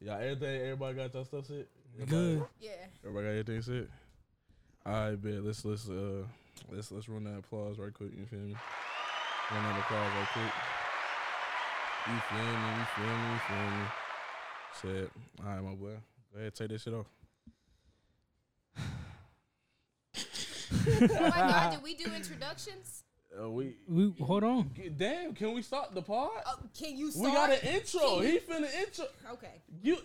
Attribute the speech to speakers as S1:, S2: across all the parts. S1: Y'all, everything, everybody got y'all stuff set? Everybody-
S2: Good.
S3: Yeah.
S1: Everybody got everything set? All right, bet. Let's, let's, uh, let's, let's run that applause right quick. You feel me? Run that applause right quick. You feel me? You feel me? You feel me? Shit. All right, my boy. Go ahead, take that shit off.
S3: oh my God, did we do introductions?
S1: Uh, we,
S2: We hold on.
S1: damn, can we start the pod?
S3: Oh, can you start?
S1: We got an intro. He finna intro.
S3: Okay.
S1: You,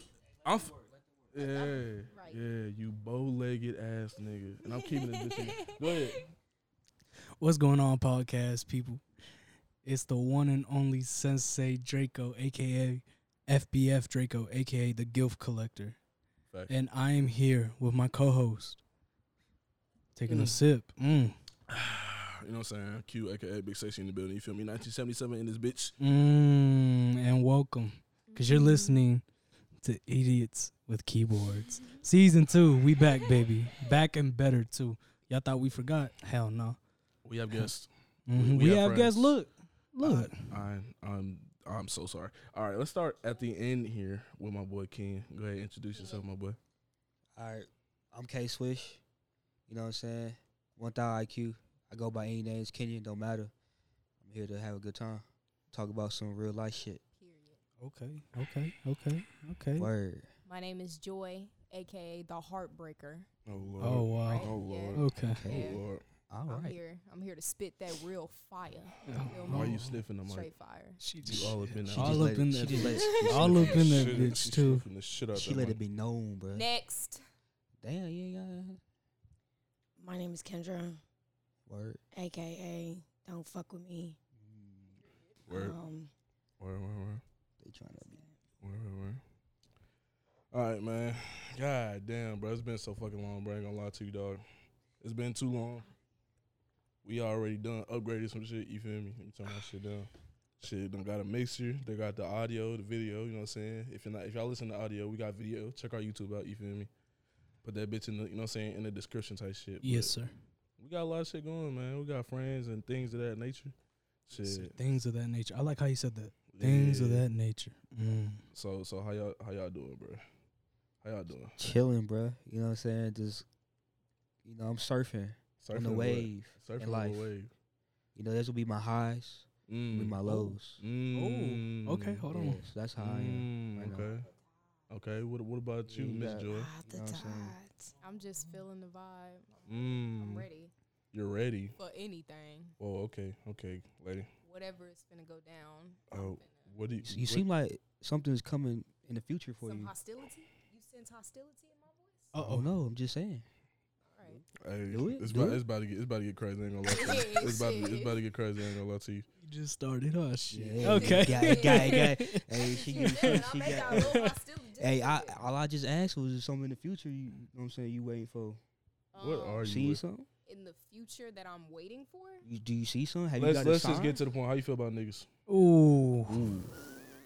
S1: I'm. F- yeah,
S3: Right.
S1: yeah, you bow-legged ass nigga, and I'm keeping this bitch. in. Go ahead.
S2: What's going on, podcast people? It's the one and only Sensei Draco, aka FBF Draco, aka the Gilf Collector,
S1: Fact.
S2: and I am here with my co-host, taking a sip. Mm.
S1: You know what I'm saying? Q, aka Big Sexy in the building. You feel me? 1977 in this bitch.
S2: Mm, and welcome, because
S1: Mm.
S2: you're listening to Idiots with Keyboards. Season two, we back, baby. Back and better, too. Y'all thought we forgot? Hell no.
S1: We have guests.
S2: Mhm,
S1: we
S2: We,
S1: are
S2: have guests.
S1: friends.
S2: Look, look.
S1: I, I'm, I'm so sorry. All right, let's start at the end here with my boy Ken. Go ahead, introduce yourself, my boy.
S4: All right, I'm K Swish. You know what I'm saying? One thousand IQ. I go by any names, Kenyan, don't matter. I'm here to have a good time. Talk about some real life shit.
S3: Period.
S2: Okay, okay, okay, okay.
S4: Word.
S3: My name is Joy, aka the Heartbreaker.
S1: Oh lord.
S2: Oh wow.
S3: Right?
S1: Oh lord.
S2: Okay.
S4: Okay.
S3: Yeah.
S1: Oh lord.
S4: All
S3: I'm
S4: right.
S3: here. I'm here to spit that real fire. Feel
S1: Oh, Why
S3: me?
S1: you sniffing the mic?
S3: Straight fire.
S2: She
S1: You all up in there.
S4: She
S2: All
S4: just
S2: up
S4: let it-
S2: in
S4: she
S2: that
S4: just let it-
S3: bitch.
S4: she
S2: All
S4: let
S2: up
S4: it-
S2: in that
S1: Shit,
S2: bitch
S1: she
S2: too.
S1: sniffing the shit out
S4: She
S1: that
S4: let
S1: mic.
S4: it be known, bro.
S3: Next.
S4: Damn, yeah, yeah. yeah.
S5: My name is Kendra,
S4: Word.
S5: aka Don't Fuck With Me.
S1: Word.
S5: Um,
S1: Word. Word. Word.
S4: They trying to be.
S1: Word, word, word. All right, man. God damn, bro. It's been so fucking long, bro. I ain't gonna lie to you, dog. It's been too long. We already done upgraded some shit, you feel me? Let me turn my shit down. Shit, done got a mixer. They got the audio, the video, you know what I'm saying? If you're not if y'all listen to audio, we got video. Check our YouTube out, you feel me? Put that bitch in the you know what I'm saying, in the description type shit.
S2: Yes,
S1: But
S2: sir.
S1: We got a lot of shit going, man. We got friends and things of that nature. Shit.
S2: Yes, sir. Things of that nature. I like how you said that. Things of
S1: Yeah.
S2: that nature. Mm.
S1: So so how y'all how y'all doing, bro? How y'all doing?
S4: Chilling, bro. You know what I'm saying? Just, you know, I'm surfing, on
S1: Surfing
S4: the
S1: or what?
S4: wave.
S1: Surfing
S4: in life.
S1: the wave.
S4: You know, those will be my highs, will be my lows. Oh,
S1: Mm.
S2: Okay, hold
S4: Yeah,
S2: on.
S4: so that's how I am.
S1: Mm,
S4: right now.
S1: okay. Okay. What What about you,
S4: Yeah, you
S1: Miss
S4: got-
S1: Joy?
S5: Ah, the
S4: know what I'm saying?
S5: tides.
S3: I'm just feeling the vibe. I'm
S1: Mm.
S3: ready
S1: You're ready.
S3: for anything.
S1: Oh, okay. Okay, lady.
S3: Whatever is gonna go down.
S1: Oh, what do you?
S4: You, you seem like something's coming in the future for
S3: Some
S4: you.
S3: hostility? You sense hostility in my voice?
S2: Uh
S4: Oh no, I'm just saying.
S3: All right.
S1: Hey,
S4: Do it,
S1: It's,
S4: do
S1: about,
S4: it.
S1: it's about to get. It's about to get crazy. I ain't gonna lie. To you.
S3: Yeah,
S1: It's about to, it's
S3: shit.
S1: about to get crazy. I ain't gonna lie to you.
S2: You just started hush.
S4: Yeah,
S2: Okay.
S4: Got it, got it, got it. Hey, she,
S3: Yeah,
S4: she, she,
S3: I
S4: she
S3: made y'all
S4: got.
S3: a little hostility. just
S4: Hey,
S3: a
S4: I
S3: bit.
S4: all I just asked was is something in the future. You, you know what I'm saying? You waiting for?
S1: What
S3: Um,
S1: are
S4: You
S1: you?
S4: see
S1: with?
S4: something?
S3: in the future that I'm waiting for?
S4: You, do you see something? Have
S1: Let's
S4: you got
S1: Let's
S4: a sign?
S1: just get to the point. How you feel about niggas?
S2: Ooh.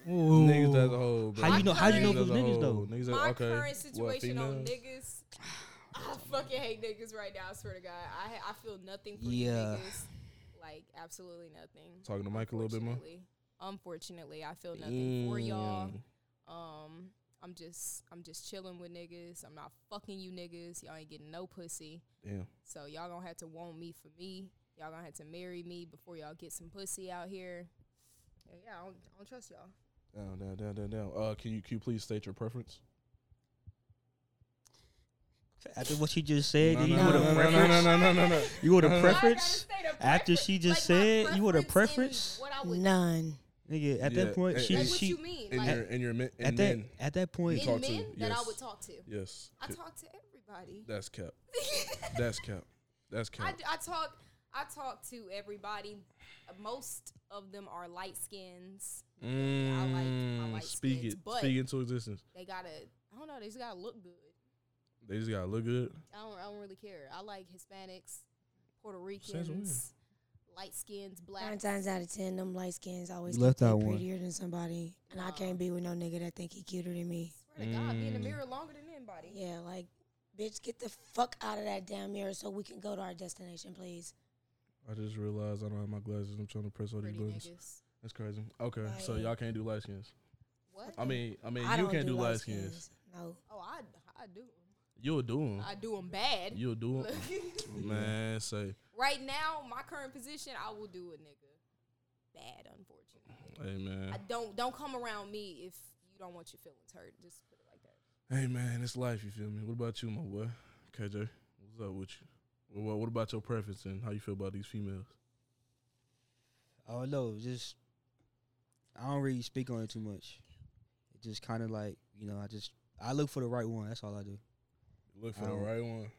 S2: Ooh.
S1: Niggas as a whole.
S4: How you know? How you know
S1: Niggas
S4: those
S1: as a
S4: niggas
S1: whole.
S4: though?
S1: Niggas as-
S3: My
S1: okay.
S3: current
S1: what,
S3: situation on
S1: females?
S3: niggas. I fucking hate niggas right now. I swear to God, I ha- I feel nothing for you
S4: Yeah.
S3: niggas. Like absolutely nothing.
S1: Talking to Mike a little bit more.
S3: Unfortunately- Unfortunately, I feel nothing for y'all.
S1: Mm.
S3: Um, I'm just I'm just chilling with niggas. I'm not fucking you niggas. Y'all ain't getting no pussy.
S1: Damn.
S3: So y'all gonna have to want me for me. Y'all gonna have to marry me before y'all get some pussy out here. Yeah, yeah I, don't, I don't trust y'all.
S1: Down, down, down, down, down. Uh, can you, can you please state your preference?
S4: After what she just said,
S1: No,
S4: you
S1: no,
S4: want
S1: no,
S4: a
S1: no,
S4: preference?
S1: no, no, no, no, no.
S4: You want
S1: No,
S4: a
S1: no, no.
S4: preference?
S3: Why I gotta say the
S4: After she just said, you would a
S3: preference
S4: preference?
S3: in What I would,
S5: None.
S4: Nigga, at
S1: Yeah,
S4: that point,
S1: and-
S4: she
S3: like,
S1: and-
S3: what
S4: she
S3: you mean?
S1: And
S3: Like,
S1: your and your men
S4: at
S1: and
S4: that
S1: men.
S4: at that point.
S1: you
S3: in
S1: talk
S3: men
S1: to,
S3: that I
S1: yes.
S3: would talk to.
S1: Yes.
S3: I
S1: Ca-
S3: talk to everybody.
S1: That's cap. That's cap. That's
S3: I,
S1: cap.
S3: d- I talk I talk to everybody. Uh, Most of them are light skins. I like- I
S1: Mm,
S3: like
S1: speak
S3: skins,
S1: it.
S3: but-
S1: Speak into existence.
S3: They gotta I don't know, they just gotta look good.
S1: They just gotta look good.
S3: I don't I don't really care. I like Hispanics, Puerto
S1: weird.
S3: Ricans, light skins,
S5: Nine
S3: black.
S5: times out of ten, them light skins always
S4: You left
S5: think they
S4: out one.
S5: prettier than somebody, and I can't be with no nigga that think he cuter than me.
S3: Swear to God, be in the
S1: Mm.
S3: mirror longer than anybody.
S5: Yeah, like, bitch, get the fuck out of that damn mirror so we can go to our destination, please.
S1: I just realized I don't have my glasses. I'm trying to press all these
S3: Pretty
S1: buttons.
S3: niggas.
S1: That's crazy. Okay, so
S5: Right.
S1: y'all can't do light skins.
S3: What?
S1: I mean, I mean,
S5: I
S1: you
S5: don't
S1: can't do
S5: light
S1: light skins.
S5: No.
S3: Oh, I, I do.
S1: You'll do them.
S3: I do them bad.
S1: You'll do them.
S3: Look.
S1: Man, say,
S3: right now, my current position, I will do a nigga bad. Unfortunately,
S1: hey man,
S3: I don't don't come around me if you don't want your feelings hurt. Just put it like that.
S1: hey man, it's life. You feel me? What about you, my boy? KJ, what's up with you? What, what about your preference and how you feel about these females?
S4: I don't know. Just I don't really speak on it too much. It just kind of like you know. I just I look for the right one. That's all I do.
S1: Look for
S4: I
S1: the
S4: don't-
S1: right one.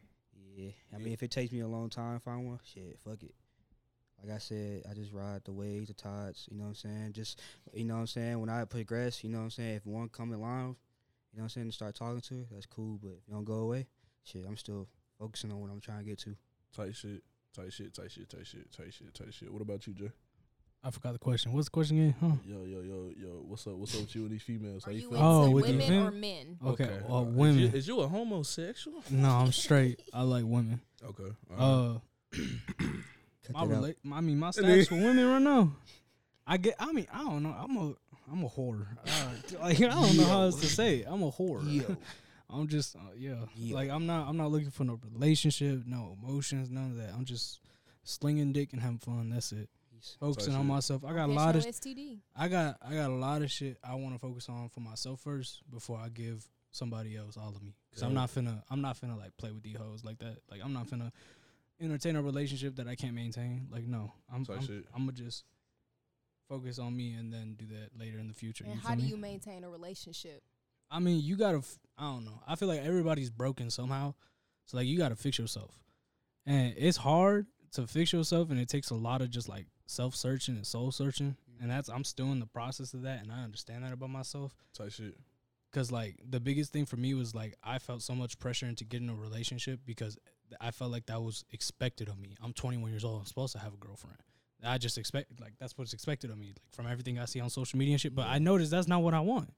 S4: Yeah.
S1: Yeah.
S4: I mean, if it takes me a long time to find one, shit, fuck it. Like I said, I just ride the waves, the tides. You know what I'm saying? Just you know what I'm saying. When I progress, you know what I'm saying. If one come in line, you know what I'm saying, and start talking to her, that's cool. But if you don't go away, shit, I'm still focusing on what I'm trying to get to.
S1: Tight shit. Tight shit. Tight shit. Tight shit. Tight shit. Tight shit. What about you, Jay?
S2: I forgot the question. What's the question again? Huh?
S1: Yo, yo, yo, yo. What's up? What's up with you and these females? How
S3: Are
S1: you
S3: you
S1: feel?
S3: into
S2: Oh, with the
S3: women
S2: fem-
S3: or men?
S2: Okay. Uh,
S1: Alright. Is you,
S2: women.
S1: is you a homosexual?
S2: No, I'm straight. I like women.
S1: Okay. alright.
S2: Uh,
S4: Cut
S2: my
S4: that out.
S2: rela- my- I mean, my
S1: then-
S2: stats for women right now. I get. I mean, I don't know. I'm a. I'm a whore. Uh, like I don't know how else to say. It. I'm a whore.
S4: Yo.
S2: I'm just. Uh, yeah.
S4: Yeah.
S2: Like I'm not. I'm not looking for no relationship, no emotions, none of that. I'm just slinging dick and having fun. That's it.
S4: He's-
S2: Focusing
S1: Type
S2: on
S1: shit.
S2: myself. I got a lot of.
S3: STD.
S2: I got. I got a lot of shit I want to focus on for myself first before I give somebody else all of me. Cause I'm
S1: Yeah.
S2: not finna. I'm not finna like play with these hoes like that. Like I'm not finna entertain a relationship that I can't maintain. Like no. I'm.
S1: Type
S2: I'm,
S1: shit.
S2: I'm gonna just focus on me and then do that later in the future.
S3: And
S2: you
S3: how
S2: feel
S3: do
S2: me?
S3: you maintain a relationship?
S2: I mean, you gotta. F- I don't know. I feel like everybody's broken somehow, so like you gotta fix yourself, and it's hard to fix yourself, and it takes a lot of just like self searching and soul searching, and that's I'm still in the process of that, and I understand that about myself.
S1: Tight shit.
S2: Cause like the biggest thing for me was like I felt so much pressure into getting a relationship because th- I felt like that was expected of me. I'm 21 years old. I'm supposed to have a girlfriend. I just expect like that's what's expected of me, like from everything I see on social media and shit. But I noticed that's not what I want.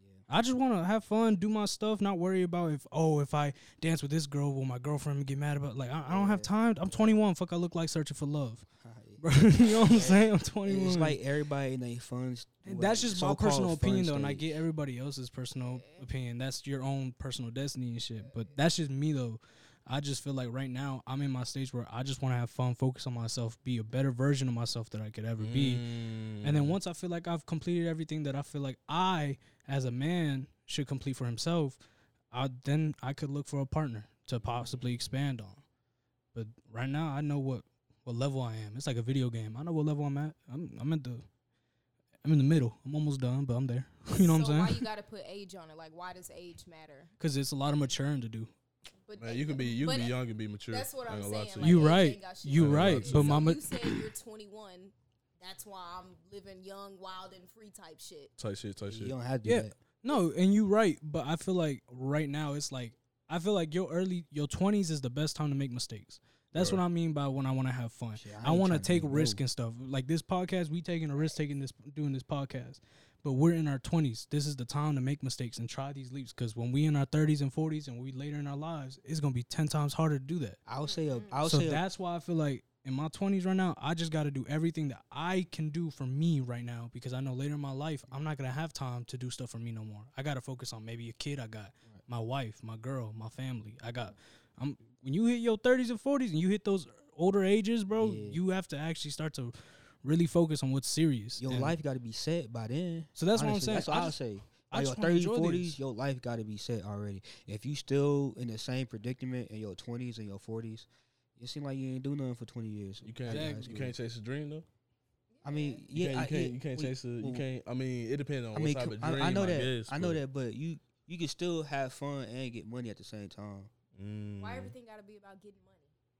S4: Yeah.
S2: I just want to have fun, do my stuff, not worry about if oh if I dance with this girl, will my girlfriend get mad about? Like I, I don't have
S4: Yeah.
S2: time. I'm 21. Fuck, I look like searching for love,
S4: Yeah.
S2: bro. you know what I'm saying? I'm
S4: It's
S2: 21.
S4: like everybody in their funds.
S2: And that's just my personal opinion though, and I get
S4: every.
S2: everybody else's personal opinion. That's your own personal destiny and shit. But that's just me though. I just feel like right now I'm in my stage where I just want to have fun, focus on myself, be a better version of myself that I could ever
S4: Mm.
S2: be. And then once I feel like I've completed everything that I feel like I, as a man, should complete for himself, I then I could look for a partner to possibly expand on. But right now, I know what what level I am. It's like a video game. I know what level I'm at. I'm I'm at the I'm in the middle. I'm almost done, but I'm there. you know what
S3: so
S2: I'm
S3: Why
S2: saying?
S3: you gotta put age on it? Like, why does age matter?
S2: Because it's a lot of maturing to do.
S3: But
S1: Man,
S3: they-
S1: you can be you can
S3: but
S1: be young and be mature.
S3: That's what
S1: I ain't
S3: I'm
S1: gonna lie
S3: saying.
S1: to
S3: Like,
S2: You
S3: age ain't
S2: right.
S3: got shit
S2: You
S3: to do with
S1: right,
S3: it.
S1: but
S3: so
S2: mama-
S3: you said you're 21. That's why I'm living young, wild, and free type shit.
S1: Tight shit. Tight
S4: You
S1: shit.
S4: don't have to.
S2: Yeah.
S4: Do that.
S2: No, and you right, but I feel like right now it's like I feel like your early your twenties is the best time to make mistakes. That's
S1: Right.
S2: what I mean by when I want to have fun.
S4: Shit, I
S2: I
S4: ain't
S2: want to
S4: tryna
S2: take
S4: do
S2: risk
S4: no-
S2: and stuff. Like this podcast, we taking a risk taking this doing this podcast, but we're in our twenties. This is the time to make mistakes and try these leaps. Because when we in our thirties and forties and we later in our lives, it's gonna be ten times harder to do that.
S4: I'll say. A, I'll
S2: so
S4: say. A,
S2: that's why I feel like in my twenties right now, I just got to do everything that I can do for me right now because I know later in my life I'm not gonna have time to do stuff for me no more. I gotta focus on maybe a kid I got, my wife, my girl, my family. I got. I'm when you hit your thirties and forties and you hit those older ages, bro,
S4: Yeah.
S2: you have to actually start to really focus on what's serious.
S4: your
S2: And
S4: life got to be set by then.
S2: So that's what I'm
S4: Honestly,
S2: saying.
S4: That's what
S2: I
S4: I'll
S2: just-
S4: say.
S2: I
S4: By your
S2: just wanna
S4: 30s,
S2: enjoy
S4: 40s,
S2: this.
S4: your life got to be set already. If you still in the same predicament in your 20s and your 40s, it seem like you ain't do nothing for 20 years.
S1: You can't
S2: Exactly.
S1: you can't chase a dream though.
S4: I mean,
S1: You
S4: yeah,
S1: can't, you
S4: I,
S1: can't,
S4: yeah,
S1: you can't
S4: we-
S1: chase a you
S4: well,
S1: can't. I mean, it depends on
S4: I
S1: what
S4: mean,
S1: type
S4: co-
S1: of
S4: I,
S1: dream.
S4: I know that.
S1: guess,
S4: I know
S1: but-
S4: that, but you you can still have fun and get money at the same time.
S1: Mm.
S3: Why everything gotta be about getting money?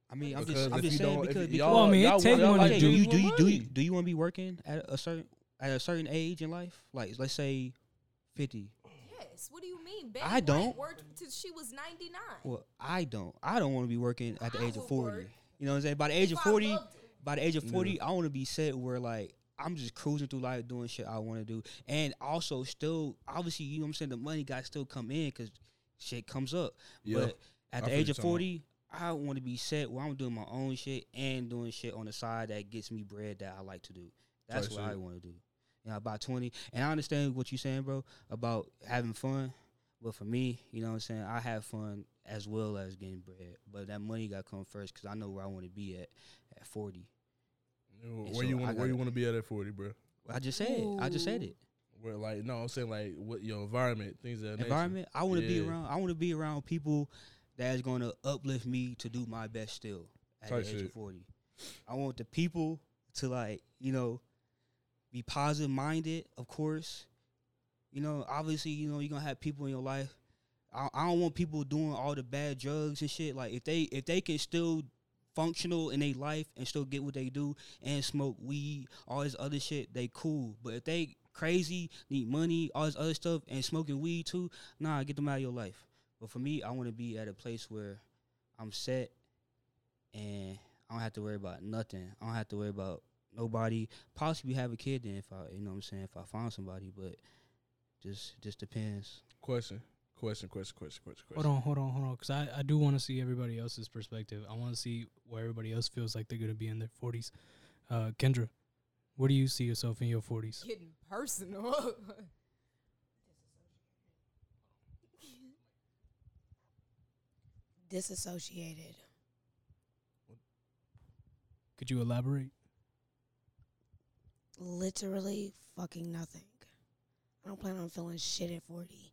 S4: I mean, I'm
S1: Because
S4: just, I'm
S1: if
S4: just
S1: you
S4: saying
S1: don't- if
S4: because,
S1: you-
S4: because
S1: y'all-
S2: Well, I mean, it
S1: y'all-
S2: take
S1: y'all
S2: money
S1: like
S2: to
S4: Like,
S1: to
S4: do you
S1: use
S4: do you do you
S1: money.
S4: do you want to be working at a certain at a certain age in life? Like let's say fifty.
S3: Yes. What do you mean? Betty
S4: I
S3: White
S4: don't.
S3: Worked till she was 99.
S4: Well, I don't. I don't want to be working at the
S3: I
S4: age of
S3: would
S4: forty.
S3: work.
S4: You know what I'm saying? By the age
S3: If
S4: of
S3: I
S4: forty,
S3: loved it.
S4: by the age of forty, I want to be set where like I'm just cruising through life doing shit I want to do, and also still obviously you know what I'm saying the money got still come in because shit comes up.
S1: Yeah.
S4: But at
S1: I
S4: the
S1: feel
S4: age
S1: you talking
S4: of
S1: about.
S4: forty, I want to be set where I'm doing my own shit and doing shit on the side that gets me bread that I like to do. That's
S1: Type
S4: what I
S1: shit.
S4: want to do. you know, about 20. And I understand what you're saying, bro, about having fun. But for me, you know what I'm saying? I have fun as well as getting bread. But that money got to come first because I know where I want to be at at 40.
S1: You know, Where
S4: Yeah, so
S1: you
S4: I
S1: want where
S4: gotta-
S1: you want to be at at forty, bro?
S4: I just said it. I just said
S3: Ooh.
S4: it.
S1: Where like no, I'm saying like what your environment, things of that nature.
S4: Environment. I want to
S1: Yeah.
S4: be around. I want to be around people that is going to uplift me to do my best still at
S1: Type
S4: the age
S1: shit.
S4: of 40. I want the people to like, you know, be positive minded, of course. You know, obviously, you know, you're going to have people in your life. I, I don't want people doing all the bad drugs and shit. Like if they if they can still functional in their life and still get what they do and smoke weed, all this other shit, they cool. But if they crazy, need money, all this other stuff, and smoking weed too, nah, get them out of your life. But for me, I want to be at a place where I'm set and I don't have to worry about nothing. I don't have to worry about nobody. Possibly have a kid then if I, you know what I'm saying, if I find somebody, but just just depends.
S1: Question, question, question, question, question, question.
S2: Hold on, hold on, hold on. Because I, I do want to see everybody else's perspective. I want to see where everybody else feels like they're going to be in their 40s. Uh, Kendra, where do you see yourself in your 40s?
S3: Getting personal.
S5: Disassociated.
S2: Could you elaborate?
S5: Literally fucking nothing. I don't plan on feeling shit at 40.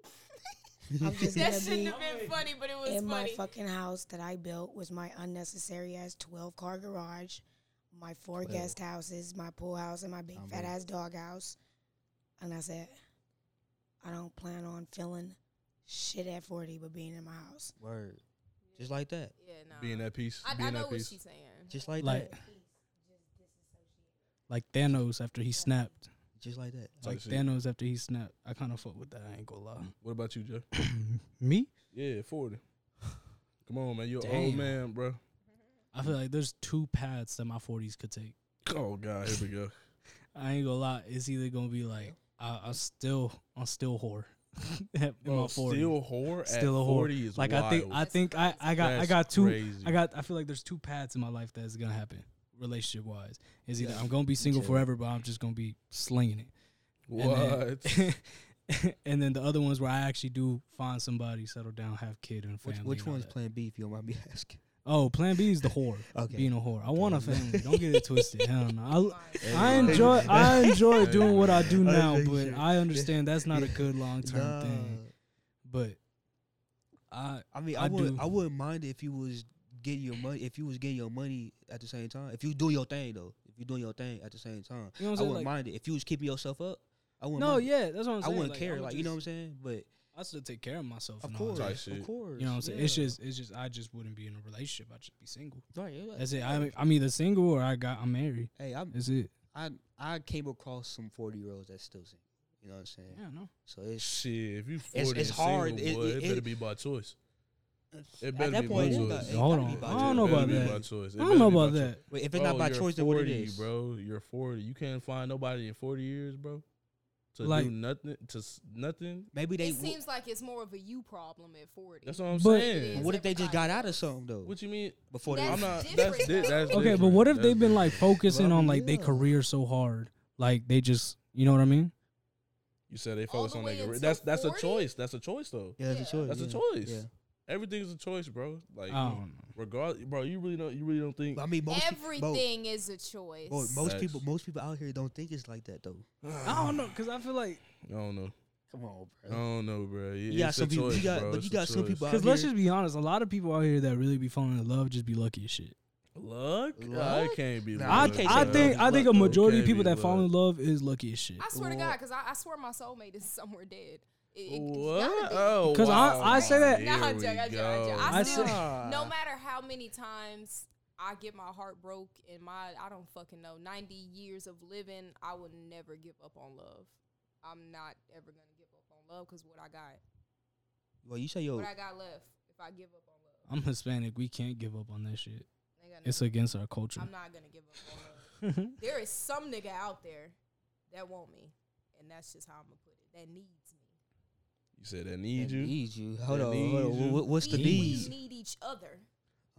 S5: I'm just
S3: that
S5: gonna
S3: shouldn't
S5: be
S3: have been funny, but it was
S5: in my
S3: funny.
S5: fucking house that I built with my unnecessary ass 12 car garage, my four
S4: Twelve.
S5: guest houses, my pool house, and my big
S4: I'm
S5: fat
S4: in.
S5: ass dog house. And I said, I don't plan on feeling shit at 40, but being in my house.
S4: Word. Just like that.
S3: yeah, nah.
S1: Being that piece.
S3: I,
S1: being
S3: I know
S1: that
S3: what
S1: piece.
S3: she's saying.
S4: Just like,
S2: Like-
S4: that.
S2: Like Thanos after he snapped.
S4: Just like that.
S1: Type
S2: Like
S1: shit.
S2: Thanos after he snapped. I kind of fuck with that. I ain't going to lie.
S1: What about you, Jeff?
S2: Me?
S1: Yeah, forty. Come on, man. You're an old
S2: Damn.
S1: man, bro.
S2: I feel like there's two paths that my 40s could take.
S1: Oh God, here we go.
S2: I ain't gonna lie. It's either gonna be like I, I'm still I'm still whore. in
S1: Bro,
S2: my 40s.
S1: still whore. at
S2: Still a whore.
S1: Forty is
S2: like I think I
S1: wild.
S2: think I, I got I
S1: That's
S2: got two
S1: Crazy.
S2: I got I feel like there's two paths in my life that's gonna happen relationship wise. Is either
S4: Yeah.
S2: I'm gonna be single
S4: too.
S2: forever, but I'm just gonna be slinging it. And
S1: what?
S2: then, and then the other ones where I actually do find somebody, settle down, have kid and
S4: Which,
S2: family.
S4: which
S2: and all
S4: one's
S2: that.
S4: Plan B if you don't mind me asking?
S2: Oh, Plan B is the whore.
S4: Okay.
S2: Being a whore. I want a family. Don't get it twisted. Hell no. I,
S3: Fine.
S2: I
S4: Hey,
S2: enjoy
S4: man.
S2: I enjoy
S1: Hey,
S2: doing what I do
S4: man. I
S2: now,
S4: think
S2: but
S4: shit.
S2: I understand that's not a good long term
S4: Nah.
S2: thing. But I
S4: I mean,
S2: I
S4: I, would
S2: do.
S4: I wouldn't mind it if you was getting your money if you was getting your money at the same time. If you do your thing though, if you doing your thing at the same time,
S2: you know
S4: I
S2: what I'm saying?
S4: wouldn't
S2: Like,
S4: mind it. If you was keeping yourself up, I wouldn't.
S2: no,
S4: mind it.
S2: yeah, that's what I'm
S4: I
S2: saying.
S4: wouldn't
S2: Like,
S4: care.
S2: would
S4: like you know what I'm
S2: just-
S4: saying? But
S2: I still take care of myself.
S4: of
S2: and all that.
S4: course,
S1: Type
S4: of
S1: shit.
S4: course,
S2: You know what I'm saying? It's
S4: yeah.
S2: just it's just I just wouldn't be in a relationship. I'd just be single.
S4: Right, yeah, like-
S2: That's it. I'm I'm either single or I got I'm married.
S4: Hey, I'm,
S2: That's it.
S4: I I came across some forty year olds that's still single. You know what I'm saying?
S2: Yeah, no.
S4: So it's
S1: Shit, if you forty,
S4: it's
S1: and
S4: hard.
S1: Single,
S4: It-
S1: boy,
S4: it-
S1: it, better
S4: it-
S1: be by choice. It
S4: At
S1: better
S4: that
S1: be
S4: point,
S1: by
S4: it
S1: choice.
S4: got- it
S2: Hold
S4: gotta
S2: on.
S4: be by
S2: I don't know
S1: It
S4: choice.
S1: better
S2: about
S1: be
S2: that.
S1: by choice. It
S2: I don't
S1: better
S2: know
S1: be
S2: about
S1: by choice.
S2: that.
S4: Wait, if it's
S1: Bro,
S4: not by
S1: you're
S4: choice, then what it
S1: 40,
S4: is,
S1: bro? You're forty. You can't find nobody in forty years, bro. To
S2: Like-
S1: do nothing, to s- nothing.
S4: Maybe they.
S3: it
S4: w-
S3: seems like it's more of a you problem at 40.
S1: That's what I'm
S2: But-
S1: saying.
S4: what if they just
S3: everybody
S4: got out of
S3: else.
S4: something though?
S1: What you mean?
S4: before
S3: That's
S1: I'm
S4: they.
S1: not.
S3: different,
S1: That's, di-
S3: though.
S1: that's
S2: Okay, but
S1: different.
S2: what if
S1: That's
S2: they've been
S1: different.
S2: like focusing
S4: Well, I
S2: on
S4: mean,
S2: like their
S4: yeah.
S2: career so hard, like they just you know what I mean?
S1: You said they
S3: all
S1: focus
S3: the
S1: on
S3: way
S1: that. career.
S3: until
S1: That's that's a
S3: 40?
S1: choice. That's a choice though.
S4: Yeah, that's a
S3: Yeah.
S4: choice.
S1: That's a
S4: yeah,
S1: choice.
S4: Yeah.
S1: Everything's a choice, bro. Like,
S2: I don't know.
S1: regard, bro. You really don't. You really don't think.
S4: But I mean, most peop- bro,
S3: Everything is a choice.
S4: bro, most
S1: Facts.
S4: people, most people out here don't think it's like that though.
S2: I don't know because I feel like
S1: I don't know.
S4: Come on,
S1: I don't know, bro. It-
S4: You got
S1: it's a
S4: some people-
S1: choice,
S4: you got-
S1: bro.
S4: but
S1: It's
S4: you
S1: a
S4: got some
S1: choice.
S4: people out
S2: because let's
S4: here-
S2: just be honest, a lot of people out here that really be falling in love just be lucky as shit.
S1: Luck?
S4: Luck?
S1: I can't be.
S4: Nah,
S2: I,
S1: luck,
S4: can't
S2: I
S4: say
S1: bro.
S2: think I
S4: luck,
S2: think
S4: bro.
S2: a
S4: It
S2: majority of
S1: can't
S2: people
S1: be
S2: that fall in
S1: luck.
S2: love is lucky as shit.
S3: I swear to God,
S1: What?
S3: because I, I swear my soulmate is somewhere dead. It, it, it's gotta
S1: What?
S3: be.
S1: Oh,
S2: 'Cause I-
S1: wow.
S2: I say that-
S1: Here
S3: Nah, I
S1: we
S3: joke, I joke, I
S1: go.
S3: joke. I
S2: I still-
S1: Nah.
S3: no matter how many times I get my heart broke and my I don't fucking know 90 years of living, I will never give up on love. I'm not ever gonna give up on love because what I got,
S4: Well, you say yo,
S3: what I got left, if I give up on love,
S2: I'm Hispanic. We can't give up on that shit.
S3: ain't got
S2: It's against our culture.
S3: I'm not gonna give up on love. There is some nigga out there that want me, and that's just how I'm gonna put it. That needs me.
S1: You said that
S4: I
S1: need you.
S4: need you. Hold
S1: They
S4: on, hold
S1: need
S4: on.
S1: you.
S4: What, what's the
S3: we,
S4: need?
S3: We need each other.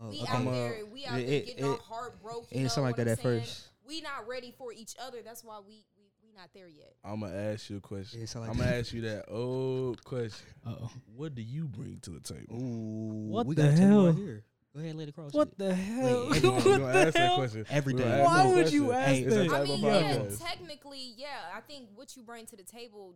S4: Oh,
S3: We
S4: okay.
S3: out
S1: Come on.
S3: there, we out
S4: It-
S3: there
S4: it-
S3: getting our
S4: it-
S3: heart broken.
S4: it didn't sound like that at first.
S3: We not ready for each other. That's why we we not there yet.
S1: I'm gonna ask you a question.
S4: Yeah, so like
S1: I'm gonna ask you that old question.
S2: Uh oh.
S1: What do you bring to the table?
S4: Ooh,
S2: What
S4: we
S2: the
S4: got a table
S2: hell?
S4: Right here. Go ahead, lay the cross.
S2: What the hell?
S4: Wait,
S1: We gonna- we
S2: What
S1: gonna
S2: the
S1: ask that
S2: hell?
S1: question.
S4: Every
S1: We gonna
S4: day.
S1: ask
S2: Why
S1: that
S2: would you
S1: question.
S2: ask
S1: It's a
S2: that?
S1: type
S3: I
S1: of
S3: mean, yeah,
S1: podcast.
S3: technically, yeah. I think what you bring to the table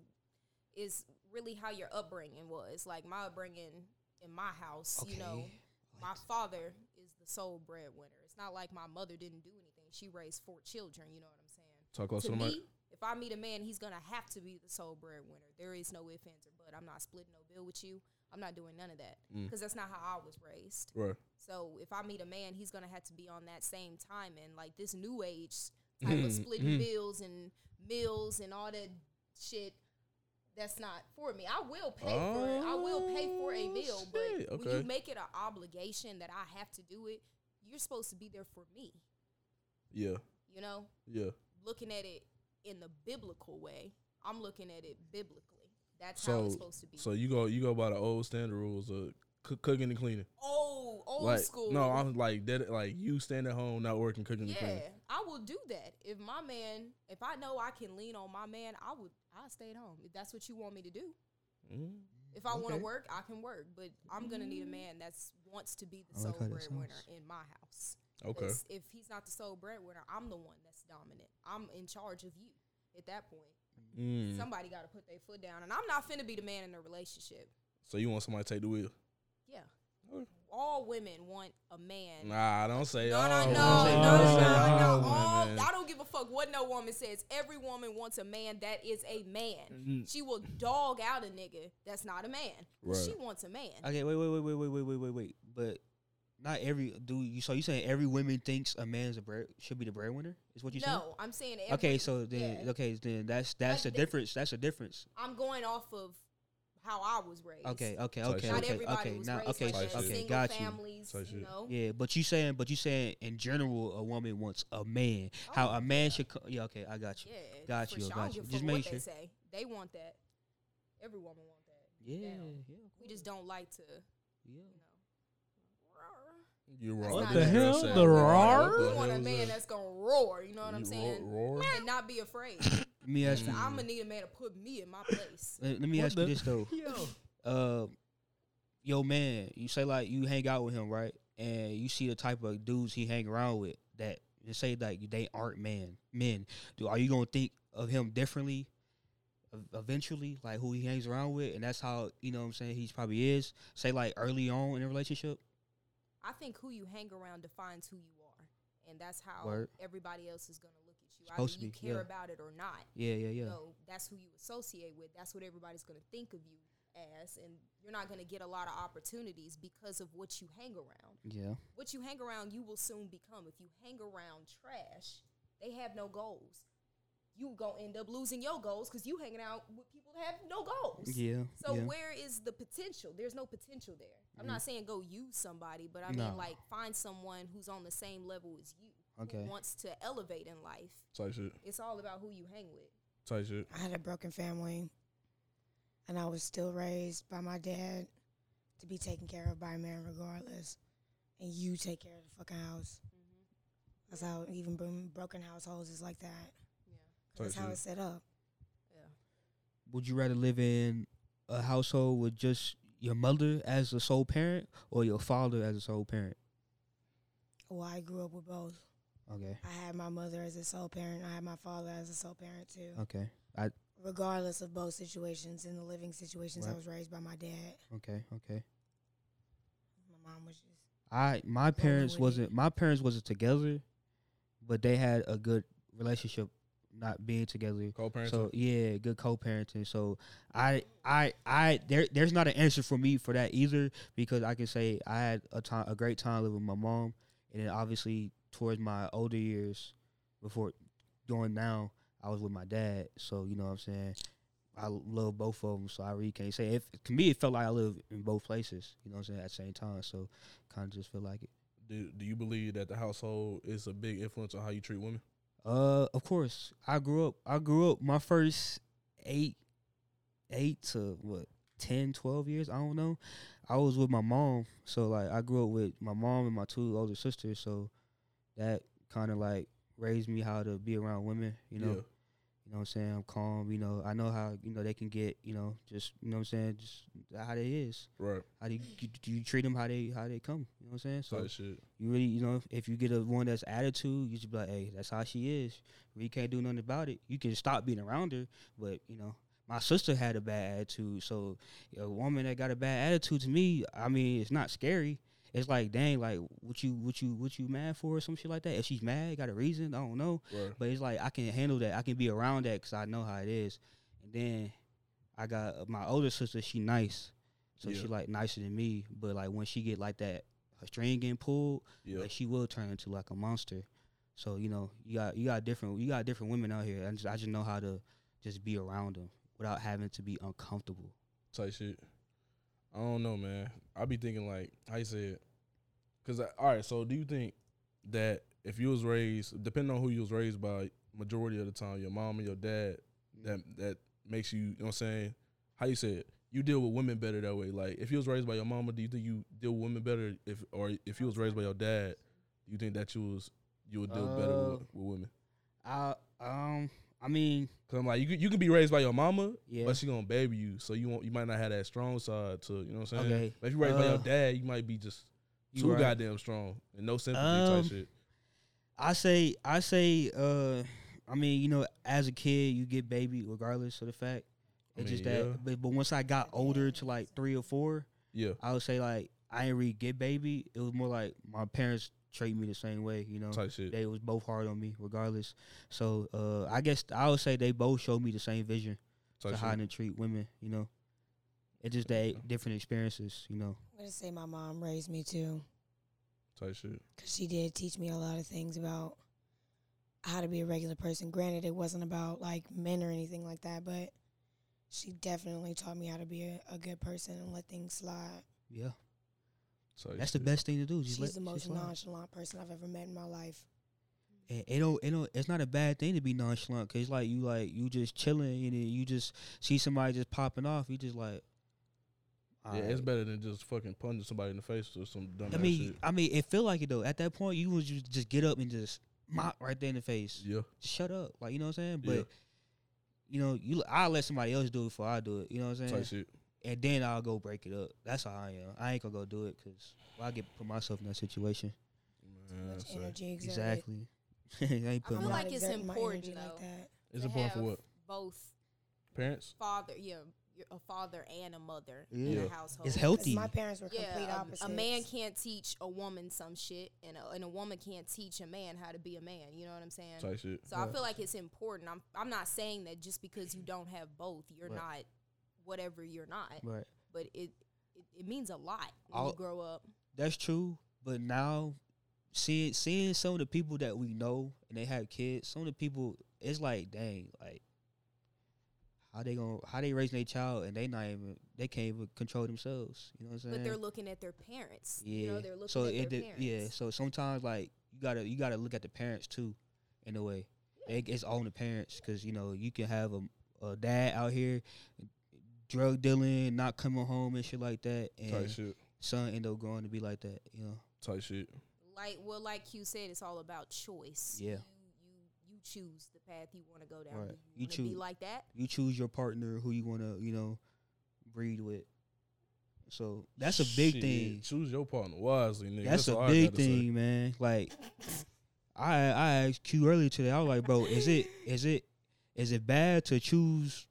S3: is really how your upbringing was. Like my upbringing in my house, you know,
S4: Okay.
S3: my father is the sole breadwinner. It's not like my mother didn't do anything. She raised four children. You know what I'm saying?
S1: Talk close to the
S3: to
S1: mic.
S3: me, if I meet a man, he's gonna have to be the sole breadwinner. There is no ifs, ands, or but. I'm not splitting no bill with you. I'm not doing none of that
S1: Mm.
S3: because that's not how I was raised.
S1: Right.
S3: So if I meet a man, he's gonna have to be on that same time and like this new age type
S1: Mm-hmm.
S3: of splitting
S1: Hmm.
S3: bills and meals and all that shit. That's not for me. I will pay for it. I will pay for a
S1: Oh,
S3: meal,
S1: shit.
S3: but when you
S1: Okay.
S3: make it an obligation that I have to do it, you're supposed to be there for me.
S1: Yeah.
S3: You know,
S1: Yeah.
S3: looking at it in the biblical way. I'm looking at it biblically. That's how it's supposed to be.
S1: So you go you go by the old standard rules of cook, cooking and cleaning.
S3: oh, old
S1: like
S3: school.
S1: no, I'm like that. Like you stand at home not working, cooking and
S3: yeah,
S1: cleaning.
S3: I will do that. If my man, if I know I can lean on my man, I would. I stay at home. If that's what you want me to do.
S1: Mm.
S3: If I want
S4: Okay.
S3: to work, I can work. But I'm gonna need a man that's wants to be the
S4: I like
S3: sole
S4: how that
S3: breadwinner
S4: sounds.
S3: in my house.
S1: Okay.
S3: 'Cause If he's not the sole breadwinner, I'm the one that's dominant. I'm in charge of you. At that point,
S1: Mm.
S3: somebody got to put their foot down, and I'm not finna be the man in the relationship.
S1: So you want somebody to take the wheel?
S3: Yeah.
S1: Okay.
S3: All women want a man.
S1: Nah, don't say.
S3: No,
S1: all
S3: no, no, no,
S1: women.
S2: women.
S3: no,
S1: Don't say Oh,
S3: no,
S1: all
S3: no. All,
S1: women.
S3: I don't give a fuck what no woman says. Every woman wants a man that is a man.
S4: Mm-hmm.
S2: Mm.
S3: She will dog out a nigga that's not a man.
S1: Right.
S3: She wants a man.
S4: Okay, wait, wait, wait, wait, wait, wait, wait, wait, wait. But not every do you. So you saying every woman thinks a man is a bread, should be the breadwinner? Is what you saying?
S3: no, I'm saying every,
S4: Okay, so then
S3: yeah.
S4: okay, then that's that's the
S3: Like this-
S4: difference. That's the difference.
S3: I'm going off of how I was raised.
S4: Okay, okay,
S1: Type
S4: okay,
S1: shit.
S3: Not
S4: okay,
S3: everybody
S4: okay.
S3: was
S4: Now,
S3: raised
S4: okay,
S3: like that.
S1: Type shit.
S4: okay,
S3: Single
S4: got you.
S3: families,
S1: Type
S3: you
S1: shit.
S3: know.
S4: Yeah, but you saying, but you saying in general, a woman wants a man. How
S3: Oh,
S4: a man should? Co- yeah, okay, I got you.
S3: Yeah,
S4: Got
S3: for
S4: you,
S3: sure. I
S4: got
S3: don't
S4: you.
S3: give a
S4: Just
S3: fuck what
S4: make sure.
S3: They say they want that. Every woman want that.
S4: Yeah,
S3: Damn.
S4: yeah,
S3: We just don't like to,
S4: yeah.
S3: you know.
S1: You wrong. That
S3: What
S1: girl
S3: the
S2: hell?
S1: said
S2: The
S1: wrong.
S2: roar?
S1: What
S3: We
S1: the
S3: want
S1: hell
S3: a
S1: is
S3: man
S1: that?
S3: that's gonna roar. You know what I'm
S1: You
S3: saying?
S1: Roar. roar?
S3: And not be afraid.
S4: Let me ask you.
S1: Mm.
S3: I'm gonna need a man to put me in my place.
S4: Let, let me
S2: What
S4: ask you
S2: the-
S4: this though. Uh, yo, man, you say like you hang out with him, right? And you see the type of dudes he hang around with that they say like they aren't man men. Do are you gonna think of him differently? ev- Eventually, like who he hangs around with, and that's how you know what I'm saying he's probably is. Say like early on in a relationship.
S3: I think who you hang around defines who you are, and that's how
S4: Word.
S3: everybody else is gonna look at you.
S4: Supposed to
S3: Either you
S4: be,
S3: care
S4: yeah.
S3: about it or not.
S4: Yeah, yeah, yeah.
S2: Oh.
S3: So that's who you associate with. That's what everybody's gonna think of you as, and you're not gonna get a lot of opportunities because of what you hang around.
S4: Yeah.
S3: what you hang around, you will soon become. If you hang around trash, they have no goals. You gonna end up losing your goals because you hanging out with people that have no goals.
S4: Yeah.
S3: So
S4: yeah.
S3: where is the potential? There's no potential there. I'm not saying go use somebody, but I
S4: No.
S3: mean like find someone who's on the same level as you,
S4: Okay.
S3: who wants to elevate in life.
S1: Type shit.
S3: It's all about who you hang with.
S1: Type shit.
S5: I had a broken family, and I was still raised by my dad to be taken care of by a man regardless. And you take care of the fucking house.
S3: Mm-hmm.
S5: That's how even bro- broken households is like that.
S1: Type
S5: That's how
S1: shit.
S5: it's set up.
S4: Would you rather live in a household with just your mother as the sole parent or your father as the sole parent?
S5: Well, I grew up with both.
S4: Okay.
S5: I had my mother as a sole parent. I had my father as a sole parent too.
S4: Okay.
S5: Regardless of both situations, in the living situations, I
S4: Right.
S5: was raised by my dad.
S4: Okay. Okay.
S5: My mom was just
S4: I my parents
S5: with it.
S4: wasn't my parents wasn't together, but they had a good relationship not being together.
S1: Co-parenting.
S4: So yeah, good co-parenting. So I I I there there's not an answer for me for that either because I can say I had a time a great time living with my mom and then obviously towards my older years before going now I was with my dad. So you know what I'm saying? I love both of them, so I really can't say. If to me, it felt like I live in both places. You know what I'm saying at the same time, so kind of just feel like it.
S1: do, do you believe that the household is a big influence on how you treat women?
S4: Uh, of course, I grew up. I grew up my first eight, eight to what 10, 12 years. I don't know. I was with my mom, so like I grew up with my mom and my two older sisters. So that kind of like raised me how to be around women. You know,
S1: Yeah.
S4: You know what I'm saying? I'm calm. You know, I know how, you know, they can get, you know, just, you know what I'm saying? Just how they is.
S1: Right.
S4: How do you, do you treat them how they how they come? You know what I'm saying? So
S1: Type shit.
S4: you really, you know, if, if you get a one that's attitude, you just be like, hey, that's how she is. We can't do nothing about it. You can stop being around her, but you know, my sister had a bad attitude, so a woman that got a bad attitude to me, I mean, it's not scary. It's like, dang, like what you what you what you mad for or some shit like that. If she's mad, got a reason, I don't know,
S1: Right.
S4: but it's like I can handle that. I can be around that because I know how it is. And then I got uh, my older sister. She nice, so
S1: Yeah.
S4: she like nicer than me. But like when she get like that, her string getting pulled
S1: Yeah.
S4: like she will turn into like a monster. So you know, you got you got different you got different women out here. I just I just know how to just be around them without having to be uncomfortable.
S1: Type shit. I don't know, man. I be thinking like how you say it. Cause I, all right, so do you think that if you was raised, depending on who you was raised by, majority of the time, your mom and your dad, that that makes you, you know what I'm saying? How you say it? You deal with women better that way. Like if you was raised by your mama, do you think you deal with women better if or if you was raised by your dad, do you think that you was you would deal better with,
S4: Uh,
S1: with women?
S4: I um I mean
S1: Cause I'm like you could, you can be raised by your mama,
S4: yeah
S1: but she gonna baby you, so you won't, you might not have that strong side to you know what I'm saying.
S4: Okay,
S1: uh, But if you raised by your
S4: uh,
S1: dad, you might be just
S4: you
S1: too
S4: right.
S1: goddamn strong and no sympathy
S4: Um,
S1: type shit.
S4: I say I say uh I mean you know as a kid you get baby regardless of the fact.
S1: I
S4: It's just
S1: mean,
S4: that,
S1: yeah.
S4: but, but once I got older to like three or four,
S1: Yeah,
S4: I would say like I didn't really get baby. It was more like my parents treat me the same way, you know.
S1: type shit.
S4: they was both hard on me regardless. So uh, I guess I would say they both showed me the same vision
S1: Type
S4: to
S1: shit.
S4: how to treat women. You know, it's just they
S1: Yeah.
S4: different experiences. You know,
S5: I'm gonna say my mom raised me too,
S1: Type shit.
S5: 'cause she did teach me a lot of things about how to be a regular person. Granted, it wasn't about like men or anything like that, but she definitely taught me how to be a, a good person and let things slide.
S4: yeah,
S1: Type
S4: that's the
S1: shit.
S4: best thing to do. Just
S5: She's
S4: let
S5: the most
S4: just let.
S5: nonchalant person I've ever met in my life.
S4: And it don't, it don't, it's not a bad thing to be nonchalant because like you like you just chilling and then you just see somebody just popping off. You just like,
S1: Yeah, it's
S4: "Alright."
S1: better than just fucking punching somebody in the face or some dumb
S4: I
S1: ass
S4: mean,
S1: shit.
S4: I mean, it feel like it though. At that point, you would just just get up and just mop right there in the face.
S1: Yeah,
S4: shut up. Like you know what I'm saying? But
S1: Yeah.
S4: you know, you I let somebody else do it before I do it. You know what I'm saying?
S1: type shit.
S4: And then I'll go break it up. That's how I am. I ain't gonna go do it because I get put myself in that situation.
S1: Man, I
S5: Much
S1: say.
S5: energy exerted.
S4: Exactly. I ain't
S3: I
S4: put
S5: I'm
S3: feel
S4: my,
S5: not
S3: like it's
S5: exerting my
S3: important,
S5: energy
S3: though.
S5: Like that.
S1: It's
S3: to
S1: important for
S3: have
S1: what
S3: Both
S1: parents.
S3: father, yeah, you're a father and a mother
S1: Yeah.
S3: in
S1: Yeah.
S3: the household.
S4: it's
S5: 'Cause
S4: healthy.
S5: My parents were
S3: Yeah,
S5: complete
S3: a-
S5: opposites.
S3: a, man can't teach a woman some shit, and a, and a woman can't teach a man how to be a man. You know what I'm saying?
S1: Type shit.
S3: So I feel like it's important. I'm I'm not saying that just because you don't have both, you're
S4: Right.
S3: not whatever you're not.
S4: Right.
S3: But it it, it means a lot when
S4: I'll-
S3: you grow up.
S4: That's true. But now seeing seeing some of the people that we know and they have kids, some of the people it's like, dang, like how they gonna how they raising their child and they not even they can't even control themselves. You know what I'm saying?
S3: But they're looking at their parents.
S4: Yeah.
S3: You know, they're looking
S4: so
S3: at their
S4: it, de-
S3: parents.
S4: yeah. So sometimes like you gotta you gotta look at the parents too, in a way. It, it's on the parents because you know you can have a, a dad out here drug dealing, not coming home and shit like that,
S1: Type
S4: and
S1: shit.
S4: son end up growing to be like that. You know.
S1: Type shit.
S3: Like well, like you said, it's all about choice.
S4: Yeah.
S3: You you, you choose the path you want to go down. Do
S4: Right. You
S3: you, want to be
S4: choose-
S3: like that.
S4: You choose your partner who you wanna you know breed with. So that's a big
S1: Shit.
S4: thing.
S1: Choose your partner wisely, nigga.
S4: That's,
S1: all
S4: a
S1: I
S4: big
S1: gotta say.
S4: thing, man. Like, I I asked Q earlier today. I was like, bro, is it is it is it bad to choose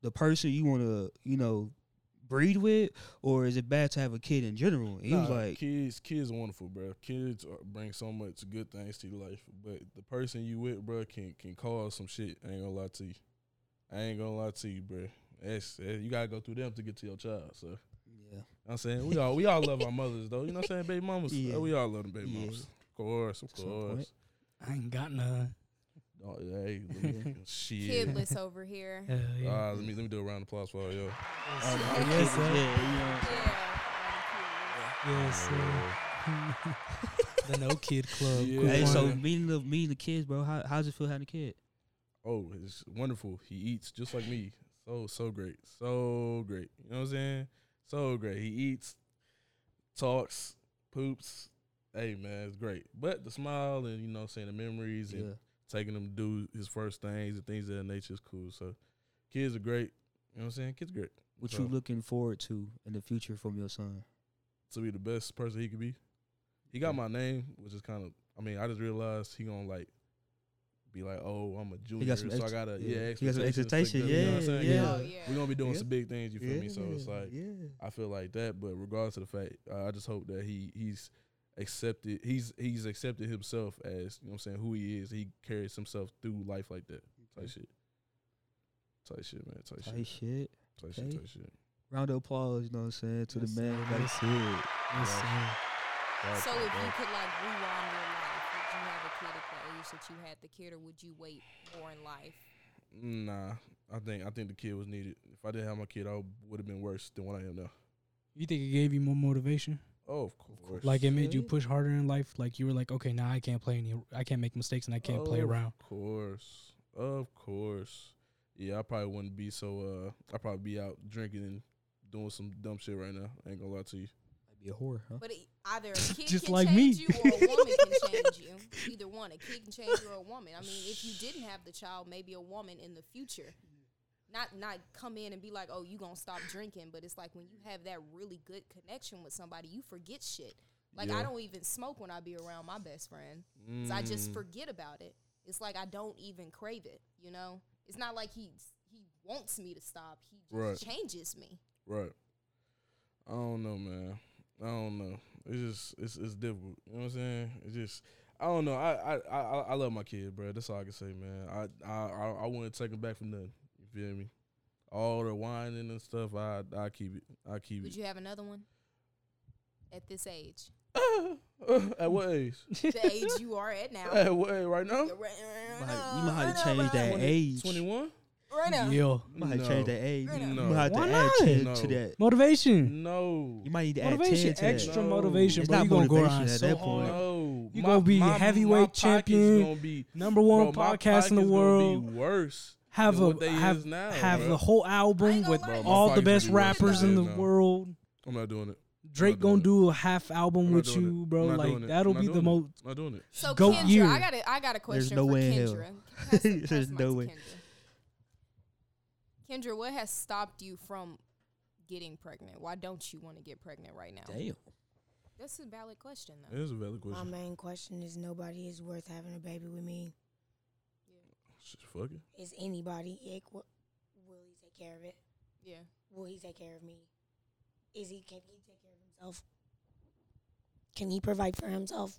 S4: the person you want to you know breed with, or is it bad to have a kid in general? And he was
S1: Nah,
S4: like,
S1: kids, kids, wonderful, bro. Kids are, bring so much good things to your life, but the person you with, bro, can can cause some shit. I ain't gonna lie to you. I ain't gonna lie to you, bro. That's, that- you gotta go through them to get to your child. So you know
S4: yeah,
S1: what I'm saying we all we all love our mothers, though. You know what I'm saying, baby mamas.
S4: Yeah.
S1: We all love them baby
S4: Yeah.
S1: mamas. Of course, of
S4: That's my point.
S1: course.
S2: I ain't got none.
S1: Oh, hey, let me, shit.
S3: Kidless over here.
S4: Um,
S2: Hell yeah.
S1: Ah, let me let me do a round of applause for her, yo.
S2: Oh, yes,
S4: yeah,
S2: sir.
S4: yeah,
S3: Yeah.
S1: Oh.
S3: I'm
S2: Yes, sir. the No Kid Club.
S1: Yeah.
S2: Good
S4: Hey, so
S2: morning.
S4: me and the me and the kids, bro. How how's it feel having a kid?
S1: Oh, it's wonderful. He eats just like me. So so great. So great. You know what I'm saying? So great. He eats, talks, poops. Hey man, it's great. But the smile and you know what I'm saying the memories and
S4: Yeah,
S1: taking him to do his first things and things of that nature is cool. So kids are great. You know what I'm saying? Kids are great.
S4: What
S1: So,
S4: you looking forward to in the future from your son?
S1: to be the best person he could be. He got
S4: Yeah.
S1: my name, which is kind of. I mean, I just realized he gonna like be like, oh, I'm a junior,
S4: some
S1: so I
S4: ex-
S1: gotta
S4: yeah.
S1: yeah,
S4: He got some
S1: expectations to
S4: expectations,
S1: go- you know what I'm
S4: yeah,
S1: saying?
S4: yeah.
S3: Oh, yeah.
S1: We gonna be doing
S4: Yeah.
S1: some big things, you feel me? So it's
S4: Yeah,
S1: like
S4: yeah.
S1: I feel like that, but regardless of the fact, uh, I just hope that he he's accepted. He's he's accepted himself as you know what I'm saying who he is. He carries himself through life like that type shit. Type shit, man. Type, shit.
S4: Tight shit.
S1: Type shit.
S4: okay.
S1: Type shit.
S4: Round of applause, you know what I'm saying, to
S2: Yes,
S4: the man.
S2: sir.
S4: That's it.
S2: Yes, sir.
S1: Wow,
S3: So if
S1: wow.
S3: you could like rewind your life, would you have a kid at the age that you had the kid, or would you wait more in life?
S1: Nah, I think I think the kid was needed. If I didn't have my kid, I would have been worse than what I am now.
S2: You think it gave you more motivation?
S1: Oh, of course.
S2: Like it made you
S4: Really?
S2: push harder in life. Like you were like, okay, now I can't play any, I can't make mistakes, and I can't play
S1: Of
S2: around.
S1: course, of course. Yeah, I probably wouldn't be so. uh I probably be out drinking and doing some dumb shit right now. I ain't gonna lie to you.
S4: Might be a whore, huh?
S3: But it, either a kid
S2: Just
S3: can
S2: like
S3: change
S2: me.
S3: you or a woman can change you. Either one, a kid can change you or a woman. I mean, if you didn't have the child, maybe a woman in the future. Not not come in and be like, oh, you gonna stop drinking. But it's like when you have that really good connection with somebody, you forget shit. Like
S1: Yeah.
S3: I don't even smoke when I be around my best friend. 'cause I just
S1: Mm.
S3: forget about it. It's like I don't even crave it. You know, it's not like he he wants me to stop. He
S1: Right.
S3: just changes me.
S1: Right. I don't know, man. I don't know. It's just it's it's difficult. You know what I'm saying? It's just I don't know. I I I, I- I love my kid, bro. That's all I can say, man. I I I, I wouldn't take him back for nothing. You feel me? All the whining and stuff, I I keep it. I keep
S3: Would
S1: it.
S3: you have another one at this age?
S1: at what age?
S3: the age you are at now.
S1: At what age? Right now?
S3: You're right-
S4: You
S3: right
S4: might,
S3: now,
S4: you might have to
S3: right
S4: change
S3: now,
S4: that
S3: right-
S4: age.
S1: Twenty one?
S3: Right now.
S2: Yeah,
S4: You might have to change that age.
S3: Right
S4: You
S1: now.
S4: might have to
S2: Why
S4: add
S2: not?
S4: 10 to
S1: No.
S4: that.
S1: Mm,
S2: motivation,
S1: No.
S4: You might need to add 10
S2: motivation,
S4: to that.
S2: extra
S1: No.
S2: motivation,
S4: It's
S2: bro.
S4: not
S2: You gonna go
S4: motivation
S2: around
S4: at
S2: so
S4: that point.
S2: hard.
S1: No.
S2: You gonna be heavyweight
S1: pocket's
S2: champion.
S1: Gonna be,
S2: Number one
S1: bro, my
S2: podcast in the
S1: pocket's gonna
S2: world.
S1: Be worse.
S2: Have
S1: than what
S2: a
S1: they
S2: have
S1: is now,
S2: have
S1: bro.
S2: the whole
S3: I
S2: album
S3: ain't
S2: with
S3: gonna lie,
S2: all the
S1: Motherfuckers
S2: best
S1: do what they
S2: rappers in the
S1: do now.
S2: world.
S1: I'm not doing it.
S2: Drake
S1: doing
S2: gonna
S1: it.
S2: do a half
S1: I'm
S2: album
S1: not
S2: with
S1: doing
S2: you,
S1: it.
S2: bro.
S1: I'm not
S2: Like
S1: doing it.
S2: that'll
S1: I'm
S2: be
S1: not
S2: the
S1: doing
S2: most.
S1: I'm not doing it.
S3: So
S2: Goat
S3: Kendra,
S2: year.
S3: I got a, I got a question
S4: no
S3: for
S4: way in hell.
S3: Kendra. Pass the- pass
S4: There's
S3: the mic
S4: no
S3: to
S4: way.
S3: Kendra. Kendra, what has stopped you from getting pregnant? Why don't you want to get pregnant right now?
S4: Damn.
S3: That's a valid question though.
S1: That is a valid
S5: My
S1: question.
S5: main question is nobody is worth having a baby with me.
S1: Shit, fuck it.
S5: Is anybody? It, will he take care of it?
S3: Yeah.
S5: Will he take care of me? Is he? Can he take care of himself? Can he provide for himself?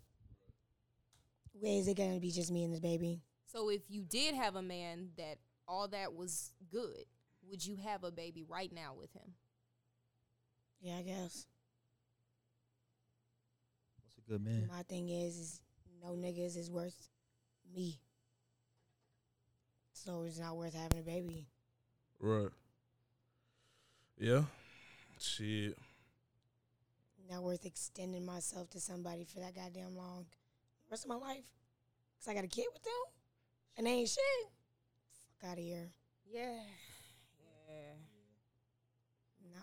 S5: Where is it going to be just me and this baby?
S3: So if you did have a man that all that was good, would you have a baby right now with him?
S5: Yeah, I guess.
S4: That's a good man.
S5: My thing is, is no niggas is worth me. So it's not worth having a baby.
S1: Right. Yeah. Shit.
S5: Not worth extending myself to somebody for that goddamn long. rest of my life. Cause I got a kid with them. And they ain't shit. Fuck out of here.
S3: Yeah. Yeah.
S5: No.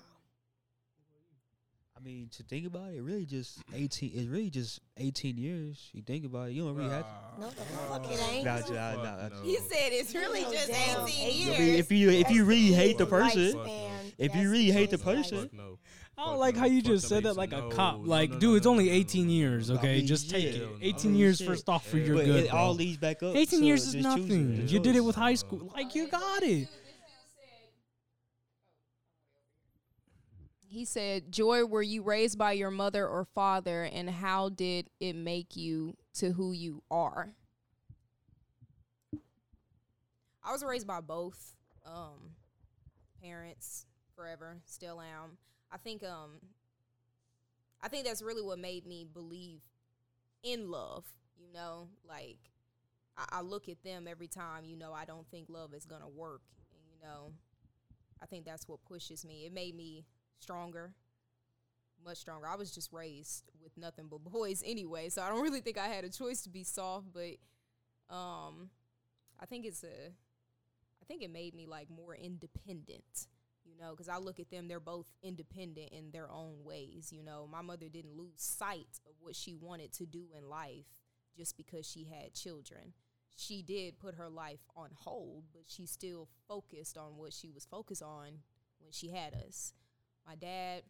S4: I mean, to think about it, really just 18. It's really just 18 years. You think about it, you don't really have to.
S1: Ah.
S5: No, the fuck it ain't.
S4: Nah, nah, nah, nah.
S3: He said it's really
S5: No,
S3: just 18
S5: damn.
S4: I
S3: years.
S4: mean, if you if you really hate the
S1: Fuck no.
S4: person,
S1: Fuck
S5: Lifespan,
S4: If
S5: that's
S4: you really hate the
S5: crazy. Like,
S4: person,
S1: Fuck no.
S2: I
S1: Fuck
S2: don't like
S1: no.
S2: how you
S1: Fuck
S2: just
S1: them
S2: said that
S1: niggas.
S2: like a
S1: No,
S2: cop.
S1: no,
S2: Like,
S1: no,
S2: dude,
S1: no,
S2: it's
S1: no,
S2: only
S1: no, no,
S2: 18
S1: no, no,
S2: years,
S1: no.
S2: okay?
S4: mean,
S2: just take
S4: yeah.
S2: it.
S1: Hell no.
S2: 18
S4: Oh,
S2: years
S4: shit.
S2: first off for
S1: Yeah.
S2: your
S4: but
S2: good.
S4: it all
S2: bro.
S4: leads back up.
S2: 18
S4: to
S2: years is
S4: just choosing
S2: nothing.
S4: your
S2: You did it
S4: choice.
S2: with high school. Like, you got it.
S3: He said, Joy, were you raised by your mother or father, and how did it make you to who you are? I was raised by both um, parents forever, still am. I think um, I think that's really what made me believe in love. You know, like I, I look at them every time. You know, I don't think love is gonna work. And, you know, I think that's what pushes me. It made me stronger, much stronger. I was just raised with nothing but boys anyway, so I don't really think I had a choice to be soft, but um I think it's a I think it made me like more independent, you know, cuz I look at them they're both independent in their own ways, you know. My mother didn't lose sight of what she wanted to do in life just because she had children. she did put her life on hold, but she still focused on what she was focused on when she had us. My dad,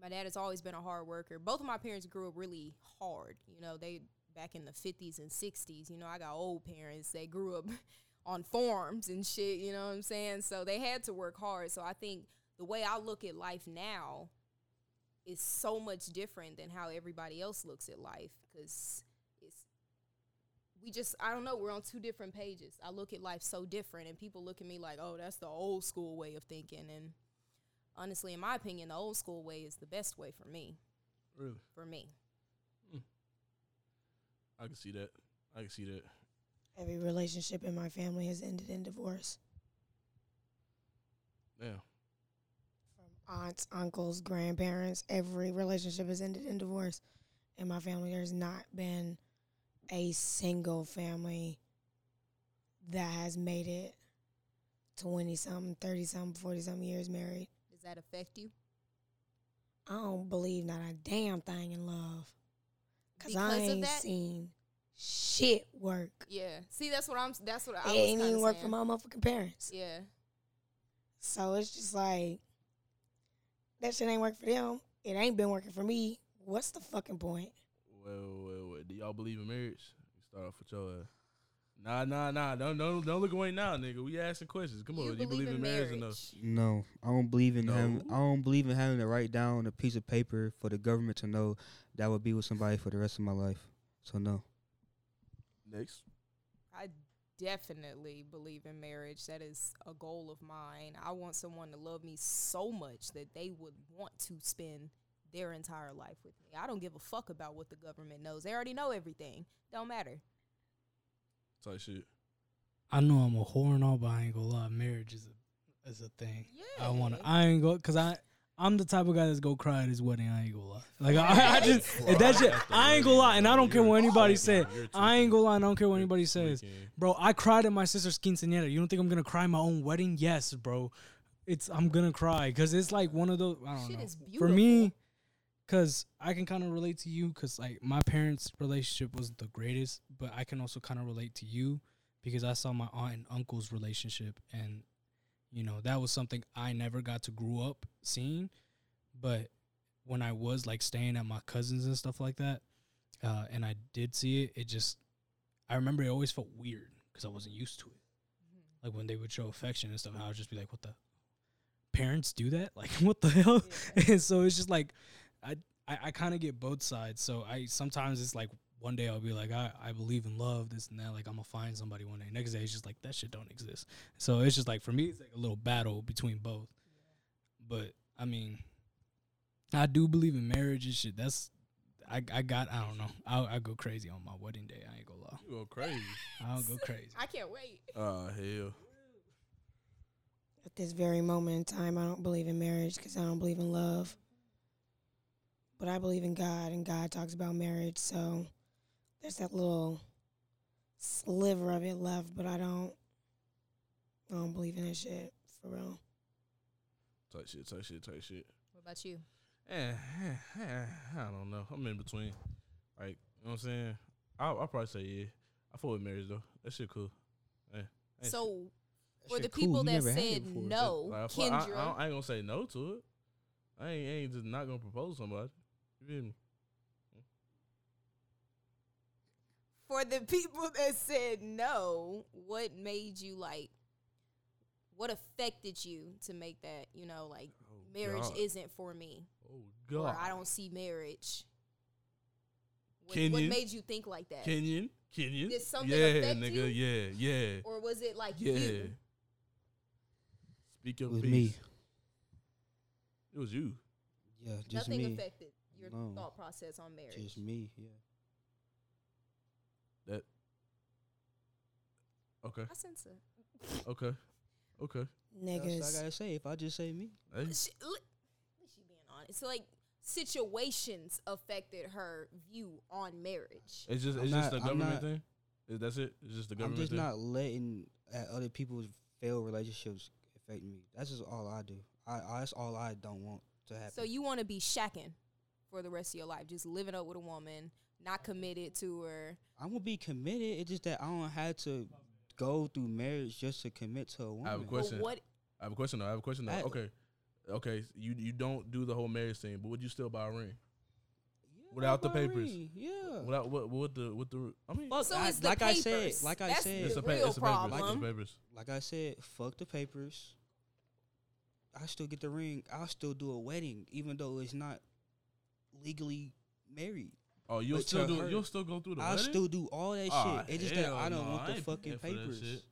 S3: my dad has always been a hard worker. Both of my parents grew up really hard. You know, they back in the 50s and 60s, you know, I got old parents, they grew up on farms and shit, you know what I'm saying? So they had to work hard. So I think the way I look at life now is so much different than how everybody else looks at life because it's we just I don't know we're on two different pages. I look at life so different, and people look at me like, oh, that's the old school way of thinking. And honestly, in my opinion, the old school way is the best way for me.
S1: Really,
S3: For me,
S1: I can see that. I can see that.
S5: Every relationship in my family has ended in divorce.
S1: Damn.
S5: Aunts, uncles, grandparents, every relationship has ended in divorce. In my family, there's not been a single family that has made it 20 something, 30 something, 40 something years married.
S3: does that affect you?
S5: I don't believe not a damn thing in love. Because I
S3: Because of
S5: ain't
S3: that?
S5: seen shit work.
S3: Yeah. See, that's what I'm. That's what I
S5: it
S3: was
S5: ain't
S3: kinda
S5: even work
S3: saying.
S5: for my motherfucking parents.
S3: Yeah.
S5: So it's just like that shit ain't work for them. It ain't been working for me. What's the fucking point?
S1: Well, well, well. Do y'all believe in marriage? Start off with your ass. Nah, nah, nah. Don't, don't, don't look away now, nigga. We asking questions. Come on.
S3: you,
S1: do you believe in marriage, or no?
S4: No, I don't believe in having.
S1: No?
S4: I don't believe in having to write down on a piece of paper for the government to know that I would be with somebody for the rest of my life. So no.
S1: Next.
S3: I definitely believe in marriage. That is a goal of mine. I want someone to love me so much that they would want to spend their entire life with me. I don't give a fuck about what the government knows. They already know everything. Don't matter.
S1: Type shit.
S2: I know I'm a whore and all, but I ain't gonna lie. Marriage is a is a thing.
S3: Yeah.
S2: I want to. I ain't go because I. I'm the type of guy that's go cry at his wedding. I ain't gonna lie. Like I, I just
S1: Bro,
S2: that shit.
S1: got the
S2: I ain't gonna lie, and I don't care what
S1: You're
S2: anybody
S1: tweaking.
S2: said.
S1: You're
S2: I
S1: tweaking.
S2: ain't gonna lie. and I don't care what
S1: You're
S2: anybody says,
S1: tweaking.
S2: bro. I cried at my sister's quinceanera. You don't think I'm gonna cry at my own wedding? Yes, bro. It's I'm gonna cry because it's like one of those. I don't
S3: Shit
S2: know.
S3: is
S2: For me, because I can kind of relate to you because like my parents' relationship wasn't the greatest, but I can also kind of relate to you because I saw my aunt and uncle's relationship, and you know that was something I never got to grow up seeing, but when I was like staying at my cousins and stuff like that, uh, and I did see it, it just I remember it always felt weird because I wasn't used to it. Like when they would show affection and stuff, I would just be like, "What the parents do that? Like what the hell?" and so it's just like I I, I kind of get both sides. So I sometimes it's like one day I'll be like, I, I believe in love, this and that. Like I'm gonna find somebody one day. Next day it's just like that shit don't exist. So it's just like for me, it's like a little battle between both. But I mean, I do believe in marriage and shit. That's I, I got I don't know. I I go crazy on my wedding day. I ain't gonna lie.
S1: You go crazy.
S2: I'll go crazy.
S3: I can't wait.
S1: Oh hell.
S5: At this very moment in time, I don't believe in marriage because I don't believe in love. But I believe in God, and God talks about marriage. So there's that little sliver of it left, but I don't. I don't believe in that shit for real.
S1: Type shit. Type shit. Type shit.
S3: What about you?
S1: Eh, eh, eh, I don't know. I'm in between. Like, you know what I'm saying? I I'll probably say yeah. I fuck with marriage though. That shit cool. Eh, Hey,
S3: So
S4: That
S3: for
S4: shit
S3: the
S4: cool.
S3: people
S4: You
S3: that
S4: never had it
S3: said
S4: before.
S3: no,
S1: Like, I, fuck- I- I
S3: Kendra,
S1: don't- I ain't gonna say no to it. I ain't, I ain't just not gonna propose to somebody. You feel me?
S3: for the people that said no, what made you like? What affected you to make that? You know, like
S1: Oh,
S3: marriage
S1: God.
S3: isn't for me.
S1: Oh
S3: or
S1: God.
S3: I don't see marriage. What,
S1: Can
S3: what
S1: you?
S3: made you think like that?
S1: Kenyon. Kenyon.
S3: Did something
S1: yeah,
S3: affect
S1: nigga.
S3: you?
S1: Yeah, yeah,
S3: or was it like
S1: yeah.
S3: you?
S1: Speak your
S4: It was
S1: piece.
S4: me.
S1: It was you.
S4: Yeah, just
S3: Nothing
S4: me.
S3: affected your
S4: No.
S3: thought process on marriage.
S4: Just me. Yeah.
S1: That. Okay.
S3: I sense it.
S1: Okay. Okay.
S4: That's what I
S5: Niggas,
S4: gotta say. If I just say me,
S1: Hey.
S3: She, li- at least she being honest. So like situations affected her view on marriage.
S1: It's just
S4: I'm
S1: it's just
S4: not-
S1: the
S4: I'm
S1: government
S4: not-
S1: thing. Is that's it? It's just the
S4: I'm
S1: government
S4: just
S1: thing.
S4: not letting uh, other people's failed relationships affect me. That's just all I do. I, I that's all I don't want to happen.
S3: So you want to be shacking for the rest of your life, just living up with a woman, not committed to her.
S4: I'm gonna be committed. It's just that I don't have to go through marriage just to commit to a woman.
S1: I have a question.
S3: But what
S1: I have a question though. I have a question though.
S4: I-
S1: okay, okay. You you don't do the whole marriage thing, but would you still buy a ring
S4: Yeah,
S1: Without the
S4: Barry,
S1: papers.
S4: Yeah.
S1: without what what the what the? I mean,
S4: Fuck,
S3: so
S4: I-
S3: it's the
S4: like I
S3: papers.
S4: said- like I
S3: That's
S4: said-
S3: the
S1: it's a, pa-
S3: real
S1: it's a papers.
S3: problem.
S1: It's the papers.
S4: like I said, fuck the papers. I still get the ring. I'll still do a wedding, even though it's not legally married.
S1: Oh, you'll
S4: But
S1: still
S4: to
S1: do.
S4: her-
S1: You'll still go through the.
S4: I'll
S1: wedding?
S4: still do all that
S1: Ah,
S4: shit. It's just that
S6: hell
S4: I don't
S6: no,
S4: want
S6: I
S4: the
S6: ain't
S4: fucking
S6: paying for that
S4: papers.
S6: shit.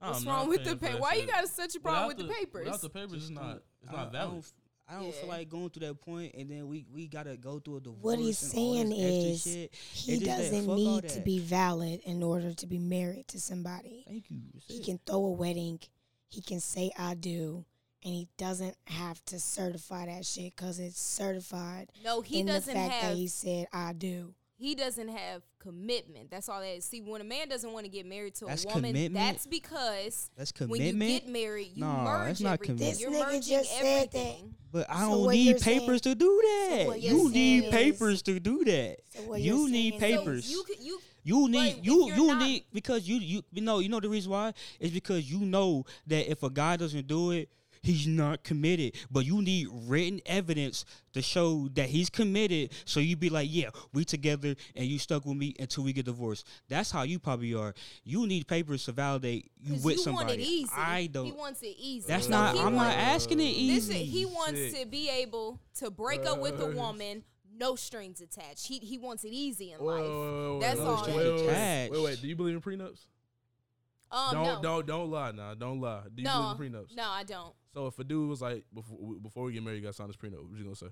S6: I'm
S3: What's
S6: not
S3: wrong with the
S6: paying for
S3: paper?
S6: that
S3: Why you
S6: shit.
S3: got such a problem with
S6: Without
S3: the papers?
S1: Without the papers, it's
S4: Just
S1: not.
S4: don't- Uh,
S1: It's not
S4: oh. I- I don't,
S1: valid.
S4: f- I don't feel
S3: Yeah.
S4: like going through that point, and then we we gotta go through a divorce.
S5: What he's
S4: and all this
S5: saying
S4: extra
S5: is
S4: shit.
S5: He
S4: It's just that,
S5: doesn't
S4: fuck all
S5: need to
S4: that.
S5: be valid in order to be married to somebody.
S4: Thank you. That's
S5: He
S4: it.
S5: can throw a wedding. He can say I do, and he doesn't have to certify that shit because it's certified
S3: no, he
S5: in
S3: doesn't
S5: the fact
S3: have
S5: that he said I do.
S3: he doesn't have commitment. That's all that is. See, when a man doesn't want to get married to
S4: That's
S3: a woman,
S4: commitment?
S3: that's because
S4: That's
S3: when you
S4: commitment.
S3: get married, you
S4: Nah,
S3: merge
S4: that's not
S3: everything.
S4: commitment.
S3: You're
S5: This nigga
S3: merging
S5: just said that.
S3: everything.
S4: But I
S5: So
S4: don't
S5: what
S4: need
S5: you're saying-
S4: papers to do that.
S5: what you're
S4: you need
S5: saying is-
S4: papers to do that.
S5: So what
S4: you
S5: you're
S4: need
S5: saying
S3: So
S5: is-
S4: papers.
S3: you could you
S4: you
S3: but
S4: need
S3: if
S4: you
S3: you're
S4: you
S3: not-
S4: need because you you you know you know the reason why is because you know that if a guy doesn't do it, he's not committed. But you need written evidence to show that he's committed. So you be like, yeah, we together, and you stuck with me until we get divorced. That's how you probably are. You need papers to validate you
S3: 'cause
S4: with
S3: you
S4: somebody.
S3: want it easy.
S4: I
S3: He
S4: don't.
S3: wants it easy.
S4: That's
S3: So
S4: not.
S3: he
S4: I'm not
S3: wants-
S4: asking it
S3: Listen,
S4: easy. Uh,
S3: he wants
S6: Shit.
S3: to be able to break up with a
S1: Right.
S3: woman, no strings attached. He he wants it easy in
S1: Wait, wait,
S3: life.
S1: wait, wait,
S3: That's
S1: wait,
S3: all
S1: Wait,
S3: it
S1: wait, wait,
S4: is.
S1: wait, wait. Do you believe in prenups?
S3: Um,
S1: don't
S3: no,
S1: don't don't lie now. Don't lie. Do you
S3: no,
S1: believe in prenups?
S3: no, I don't.
S1: So if a dude was like before before we get married, you got to sign this prenup. What you gonna say?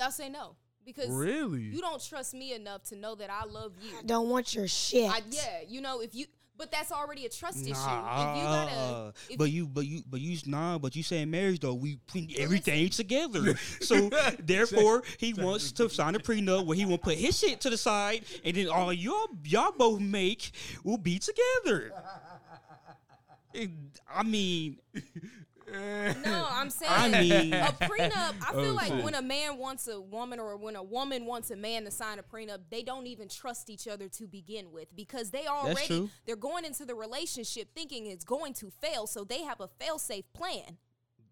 S3: I'll say no because
S1: Really?
S3: you don't trust me enough to know that I love you.
S5: I don't want your shit.
S3: I, yeah, you know if you, but that's already a trust issue. If you
S4: Nah, uh,
S3: gotta, if
S4: but you, but you, but you, nah, but you saying marriage though, we put everything together. so therefore, he wants to sign a prenup where he won't put his shit to the side, and then all y'all, y'all both make will be together. It- I mean,
S3: No, I'm saying
S4: I mean-
S3: a prenup. I feel
S1: Oh,
S3: like
S1: shit.
S3: when a man wants a woman or when a woman wants a man to sign a prenup, they don't even trust each other to begin with because they already
S4: true.
S3: they're going into the relationship thinking it's going to fail, so they have a fail safe plan.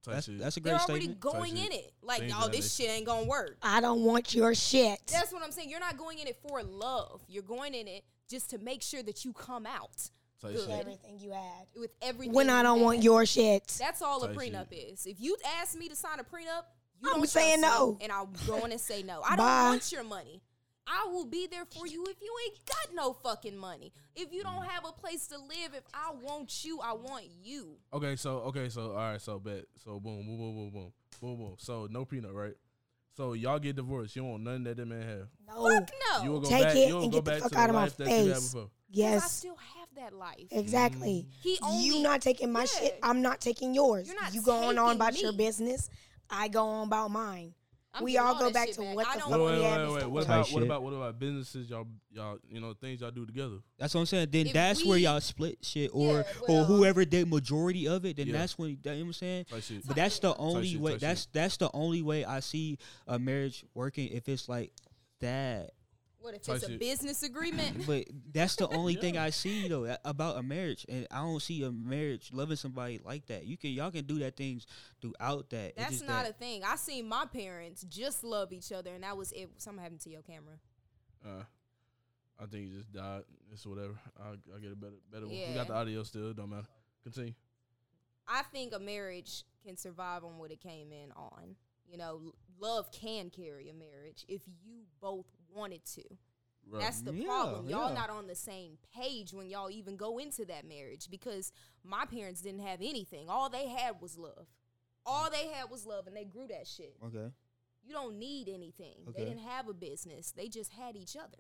S1: Type
S4: that's
S1: shit.
S4: that's a
S3: They're
S4: great
S3: already
S4: statement.
S3: going
S1: Type
S3: in
S1: shit.
S3: it like,
S1: Things
S3: oh,
S1: that
S3: this
S1: nature.
S3: shit ain't gonna work.
S5: I don't want your shit.
S3: That's what I'm saying. You're not going in it for love. You're going in it just to make sure that you come out
S1: Type
S3: good.
S1: shit.
S5: Everything you had.
S3: with everything.
S5: When I
S3: you
S5: don't
S3: have.
S5: want your shit.
S3: That's all a
S1: Type
S3: prenup is. If you ask me to sign a prenup, you
S5: I'm
S3: don't
S5: saying
S3: trust me,
S5: no.
S3: and I'm going to say no. I don't
S5: Bye.
S3: want your money. I will be there for you if you ain't got no fucking money. If you don't have a place to live, if I want you, I want you.
S1: Okay, so okay, so all right, so bet, so boom, boom, boom, boom, boom, boom, boom. So no prenup, right? So y'all get divorced. You don't want nothing that that man have.
S5: No.
S3: Fuck no.
S1: You will go
S5: Take
S1: back.
S5: it
S1: you will
S5: and
S1: go
S5: get the
S1: back
S5: fuck
S1: to the
S5: out of my
S1: life that you had
S5: face.
S1: before.
S3: Because I
S5: Yes.
S3: still have that life.
S1: Mm.
S5: Exactly.
S3: He only
S5: you not taking my
S3: Yeah.
S5: shit. I'm not taking yours.
S3: You're not
S5: you going on
S3: taking
S5: about your
S3: me.
S5: business. I go on about mine.
S3: I'm
S5: we
S3: getting
S5: all
S3: all
S5: go
S3: that
S5: back
S3: shit
S5: to
S3: back.
S5: what
S3: I
S5: the
S3: don't
S5: fuck
S1: Wait,
S5: we
S1: wait,
S5: had
S1: wait, wait.
S5: before.
S1: What
S4: Type
S1: about what
S4: shit.
S1: about what about businesses y'all y'all you know things y'all do together?
S4: That's what I'm saying. Then
S3: If
S4: that's where
S3: we-
S4: y'all split shit, or
S3: Yeah,
S4: or
S3: well-
S4: whoever did majority of it. Then
S1: Yeah.
S4: that's when that, you know what I'm saying.
S1: Type shit.
S4: But that's the only
S1: shit,
S4: way.
S1: type shit.
S4: That's that's the only way I see a marriage working if it's like that.
S3: What if
S1: Type
S3: it's a
S1: shit.
S3: business agreement?
S4: But that's the only thing I see though a- about a marriage, and I don't see a marriage loving somebody like that. You can y'all can do that things throughout that. It's
S3: That's
S4: just
S3: not
S4: that-
S3: a thing. I seen my parents just love each other, and that was it. Something happened to your camera.
S1: Uh, I think he just died. It's whatever. I I get a better better one. We
S3: Yeah.
S1: got the audio still. Don't matter. Continue.
S3: I think a marriage can survive on what it came in on. You know, l- love can carry a marriage if you both wanted to.
S1: Right.
S3: That's the
S4: Yeah,
S3: problem. Y'all
S4: yeah.
S3: not on the same page when y'all even go into that marriage because my parents didn't have anything. All they had was love. All they had was love, and they grew that shit.
S4: okay.
S3: You don't need anything.
S4: Okay.
S3: They didn't have a business. They just had each other,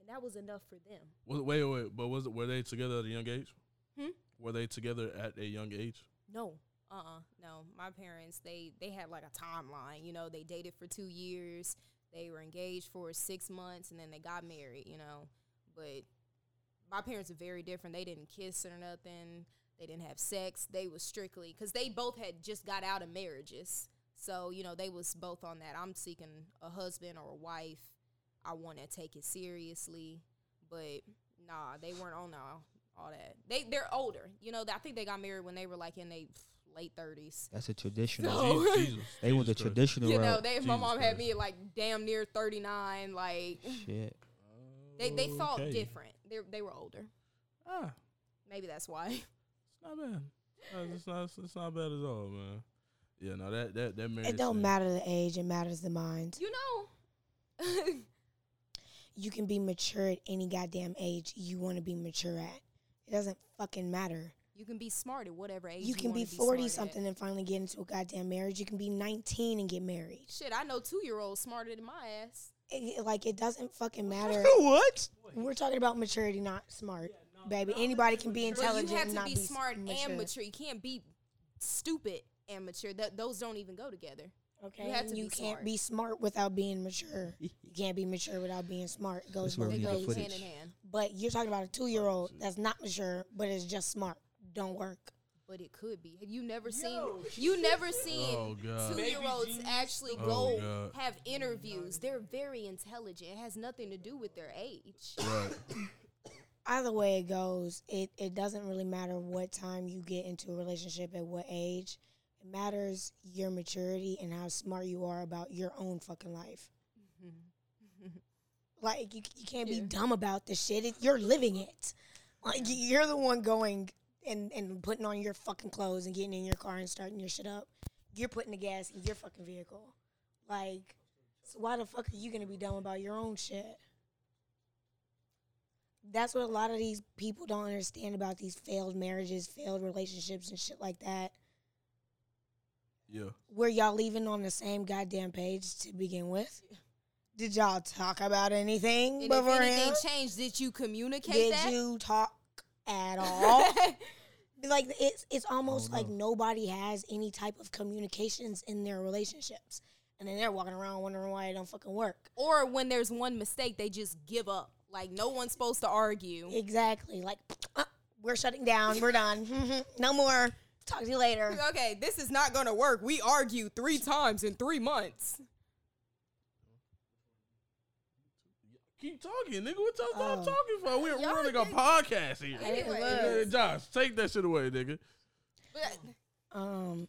S3: and that was enough for them.
S1: Wa- wait, wait, wait. But was it, were they together at a young age?
S3: Hmm?
S1: Were they together at a young age?
S3: No. Uh uh No. My parents, they they had like a timeline. You know, they dated for two years, they were engaged for six months, and then they got married, you know. But my parents are very different. They didn't kiss or nothing. They didn't have sex. They was strictly because they both had just got out of marriages. So, you know, they was both on that. I'm seeking a husband or a wife. I want to take it seriously, but nah, they weren't on all, all that. They they're older, you know. I think they got married when they were like in their late thirties.
S4: That's a traditional.
S3: So- Oh.
S1: Jesus, Jesus,
S4: they went the
S1: Jesus Christ.
S4: traditional
S3: You know,
S4: route.
S3: they my
S1: Jesus
S3: mom had
S1: Christ.
S3: me at like damn near thirty nine. Like
S4: Shit.
S3: they they thought
S1: Oh, Okay.
S3: different. They they were older.
S1: Ah,
S3: Maybe that's why.
S1: it's not bad. No, It's not. It's not bad at all, man. Yeah, no, that that that marriage.
S5: It don't
S1: thing.
S5: matter the age; it matters the mind.
S3: You know.
S5: You can be mature at any goddamn age you want to be mature at. It doesn't fucking matter.
S3: You can be smart at whatever age.
S5: You can
S3: wanna
S5: be forty
S3: smart at.
S5: something and finally get into a goddamn marriage. You can be nineteen and get married.
S3: Shit, I know two year olds smarter than my ass.
S5: It- like it doesn't fucking matter.
S4: what?
S5: We're talking about maturity, not smart, baby. Anybody can be
S3: But
S5: intelligent.
S3: you have
S5: and
S3: to
S5: not
S3: be
S5: be s-
S3: smart
S5: mature.
S3: and mature. You can't be stupid and mature. That those don't even go together.
S5: Okay,
S3: You have
S5: and
S3: to
S5: you
S3: be
S5: can't
S3: smart.
S5: be smart without being mature. You can't be mature without being smart. It goes
S4: That's where
S5: both
S4: we
S3: They
S4: need the
S3: go
S5: ways.
S3: hand
S4: footage.
S3: in hand,
S5: But you're talking about a two year old that's not mature, but is just smart. Don't work.
S3: but it could be. Have you never seen? You never seen
S1: Oh, God.
S3: two year olds actually
S1: Oh,
S3: go
S1: God.
S3: have interviews. They're very intelligent. It has nothing to do with their age.
S1: Right.
S5: Either way it goes, it, it doesn't really matter what time you get into a relationship at what age. It matters your maturity and how smart you are about your own fucking life. Like you, you can't
S3: Yeah.
S5: be dumb about this shit. It, you're living it. Like y- you're the one going and and putting on your fucking clothes and getting in your car and starting your shit up. You're putting the gas in your fucking vehicle. Like, so why the fuck are you gonna be dumb about your own shit? That's what a lot of these people don't understand about these failed marriages, failed relationships, and shit like that.
S1: Yeah.
S5: Were y'all leaving on the same goddamn page to begin with? Did y'all talk about anything
S3: And if
S5: beforehand?
S3: anything changed, did you communicate
S5: Did
S3: that?
S5: you talk at all? like it's it's almost like nobody has any type of communications in their relationships, and then they're walking around wondering why it don't fucking work.
S3: or when there's one mistake, they just give up. Like no one's supposed to argue.
S5: Exactly. Like "Uh, we're shutting down. We're done. no more. Talk to you later.
S3: okay, this is not gonna work. We argued three times in three months.
S1: Keep talking, nigga. What y'all
S5: Oh.
S1: stop talking for? We're
S3: Y'all
S1: running a
S3: think-
S1: podcast here.
S5: I didn't
S3: Anyway.
S1: Hey,
S5: look.
S1: Josh, take that shit away, nigga.
S3: But
S5: Um,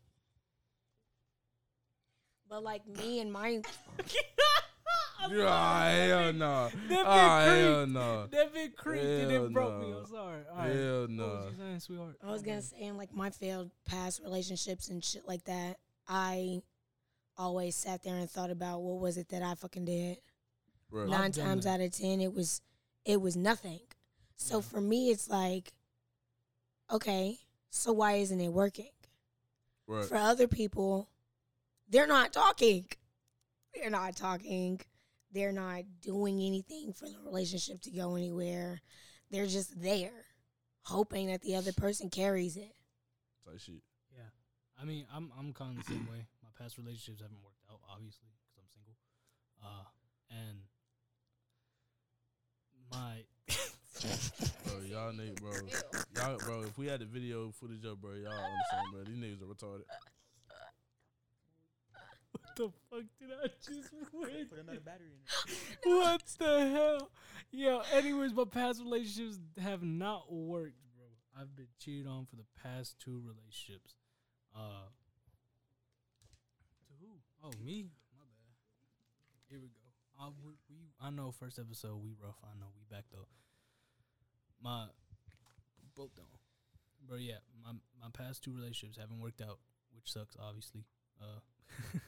S5: but like me and my
S1: Ah, hell no. Ah,
S2: That big
S1: hell
S2: creep.
S1: no.
S2: That big creep and
S1: Hell
S2: it broke me.
S1: no.
S2: I'm sorry. All right. Oh,
S1: Hell
S2: What was
S1: no.
S2: you saying, sweetheart?
S5: I was gonna say in like my failed past relationships and shit like that, I always sat there and thought about what was it that I fucking did.
S1: Right.
S5: Nine
S2: I've done
S5: times
S2: that.
S5: out of ten, it was it was nothing. So for me, it's like, okay, so why isn't it working?
S1: Right.
S5: For other people, they're not talking. They're not talking. They're not doing anything for the relationship to go anywhere. They're just there, hoping that the other person carries it.
S1: Type shit.
S2: Yeah. I mean, I'm I'm kind of the same way. My past relationships haven't worked out, obviously, because I'm single. Uh, and my
S1: Bro, y'all niggas, bro. Y'all, bro, if we had the video footage up, bro, y'all understand, bro. These niggas are retarded.
S2: what the fuck did I just win?
S4: battery in
S2: what the hell? Yo, anyways, my past relationships have not worked, bro. I've been cheated on for the past two relationships. Uh to who? Oh, me? My bad. Here we go. I we, we I know first episode we rough. I know we back though. My both don't. Bro, yeah, my my past two relationships haven't worked out, which sucks obviously. Uh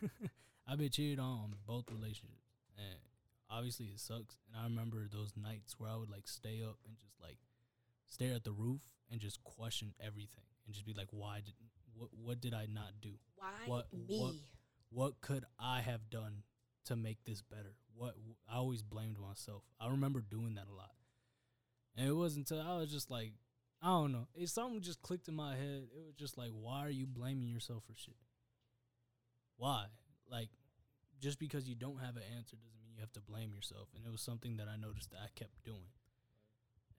S2: I've been cheated on on both relationships. And obviously it sucks. And I remember those nights where I would like stay up and just like stare at the roof and just question everything and just be like, why did what what did I not do?
S5: Why
S2: What-
S5: me?
S2: what- What could I have done to make this better? What I always blamed myself. I remember doing that a lot, and it wasn't until I was just like, I don't know, it something just clicked in my head. It was just like, why are you blaming yourself for shit? Why? Like, just because you don't have an answer doesn't mean you have to blame yourself. And it was something that I noticed that I kept doing,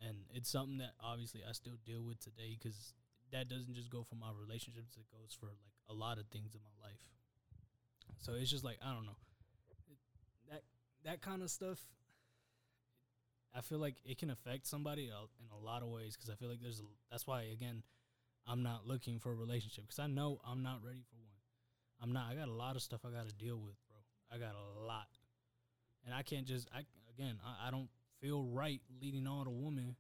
S2: and it's something that obviously I still deal with today because that doesn't just go for my relationships; it goes for like a lot of things in my life. So it's just like I don't know. It, that that kind of stuff I feel like it can affect somebody a- in a lot of ways because I feel like there's a, that's why again I'm not looking for a relationship because I know I'm not ready for one. I'm not. I got a lot of stuff I got to deal with, bro. I got a lot, and I can't just. I again, I, I don't feel right leading on a woman.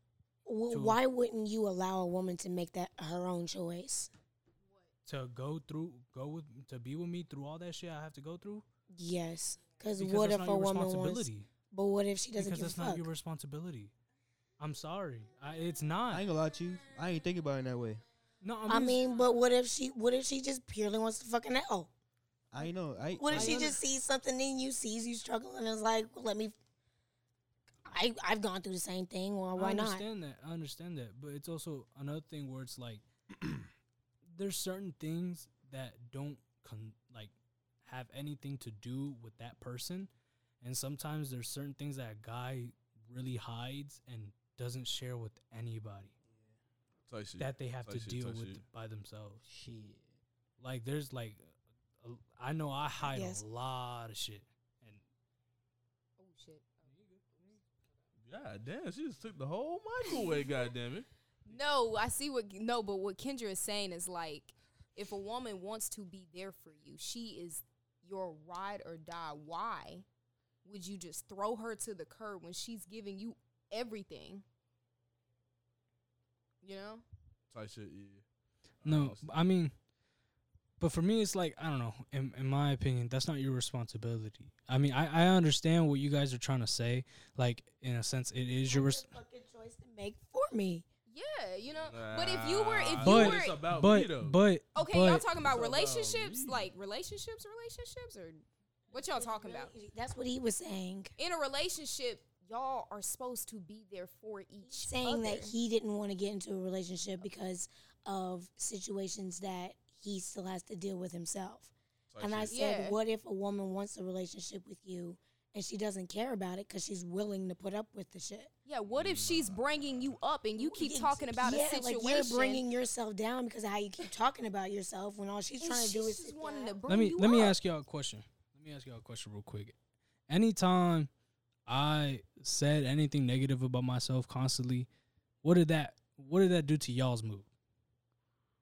S5: Well,
S2: To-
S5: why wouldn't you allow a woman to make that her own choice?
S2: to go through, go with, to be with me through all that shit I have to go through.
S5: Yes, because
S2: Because
S5: what
S2: that's
S5: if
S2: not
S5: a
S2: your
S5: woman wants?
S2: responsibility.
S5: But what if she doesn't
S2: Because
S5: give a
S2: that's not
S5: fuck?
S2: your responsibility. I'm sorry, I, it's not.
S4: I ain't gonna lie to you. I ain't thinking about it in that way.
S2: no,
S5: I mean, but what if she? What if she just purely wants to fucking know?
S4: I ain't know. I
S5: What if
S4: I-
S5: she just sees something in you, sees you struggling, and is like, well, "Let me." I I've gone through the same thing. Well,
S2: I
S5: why not?
S2: understand that. I understand that, but it's also another thing where it's like there's certain things that don't con- like have anything to do with that person, and sometimes there's certain things that a guy really hides and doesn't share with anybody
S1: Type shit.
S2: that they have
S1: Type
S2: to
S1: shit,
S2: deal
S1: type
S2: with
S1: shit.
S2: by themselves.
S4: Shit.
S2: Like there's like a- I know I hide
S5: Yes.
S2: a lot of shit, and
S3: Oh shit.
S1: God damn, she just took the whole mic away. God damn it.
S3: No, I see what no, but what Kendra is saying is like, if a woman wants to be there for you, she is your ride or die. Why would you just throw her to the curb when she's giving you everything? You know,
S1: Type shit. Yeah.
S2: No,
S1: Honestly.
S2: I mean, but for me, it's like I don't know. In, in my opinion, that's not your responsibility. I mean, I, I understand what you guys are trying to say. Like in a sense, it is your. Res-
S5: Fucking choice to make for me.
S3: yeah, you know. but if you were, if you
S2: But-
S3: were,
S1: it's about
S2: but
S1: me though.
S2: but but,
S3: okay, y'all talking about
S1: It's about
S3: relationships,
S1: me.
S3: like relationships, relationships, or what y'all talking about?
S5: That's what he was saying,
S3: In a relationship, y'all are supposed to be there for each.
S5: saying that
S3: other.
S5: he didn't want to get into a relationship because of situations that he still has to deal with himself.
S1: Type
S5: And I
S1: shit.
S5: said,
S3: Yeah.
S5: what if a woman wants a relationship with you and she doesn't care about it because she's willing to put up with the shit?
S3: Yeah, what if she's bringing you up and you keep
S5: Ex-
S3: talking about
S5: yeah,
S3: a situation?
S5: Like you're bringing yourself down because of how you keep talking about yourself when all she's
S3: and
S5: trying to do
S3: she's
S5: is
S3: just
S5: sit
S3: wanting to
S5: down.
S3: bring
S2: let me
S3: you
S2: let me
S3: up.
S2: ask y'all a question. Let me ask y'all a question real quick. Anytime I said anything negative about myself constantly, what did that what did that do to y'all's mood?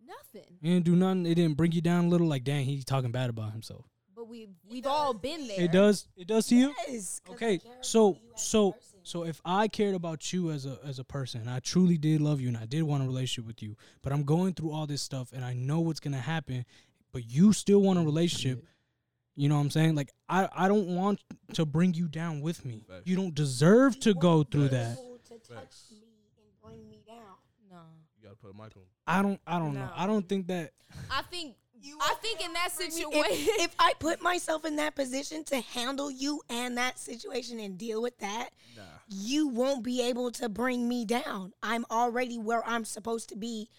S3: nothing.
S2: It didn't do nothing. It didn't bring you down a little. Like dang, he talking bad about himself.
S3: But we we've all been there.
S2: It does. It does to you.
S5: Yes, 'cause I
S2: Okay,
S5: care about
S2: so
S5: you as a
S2: so
S5: person.
S2: so if I cared about you as a as a person, and I truly did love you, and I did want a relationship with you, but I'm going through all this stuff, and I know what's gonna happen, but you still want a relationship. You know what I'm saying? Like I I don't want to bring you down with me.
S1: Facts.
S2: You don't deserve to go through
S5: People
S2: that.
S5: to touch
S1: Facts.
S5: me and bring me down.
S3: No,
S1: You gotta put a mic on.
S2: I don't I don't know.
S3: No.
S2: I don't think that.
S3: I think I think in that
S5: Bring me-
S3: situation,
S5: If, if I put myself in that position to handle you and that situation and deal with that,
S1: Nah.
S5: you won't be able to bring me down. I'm already where I'm supposed to be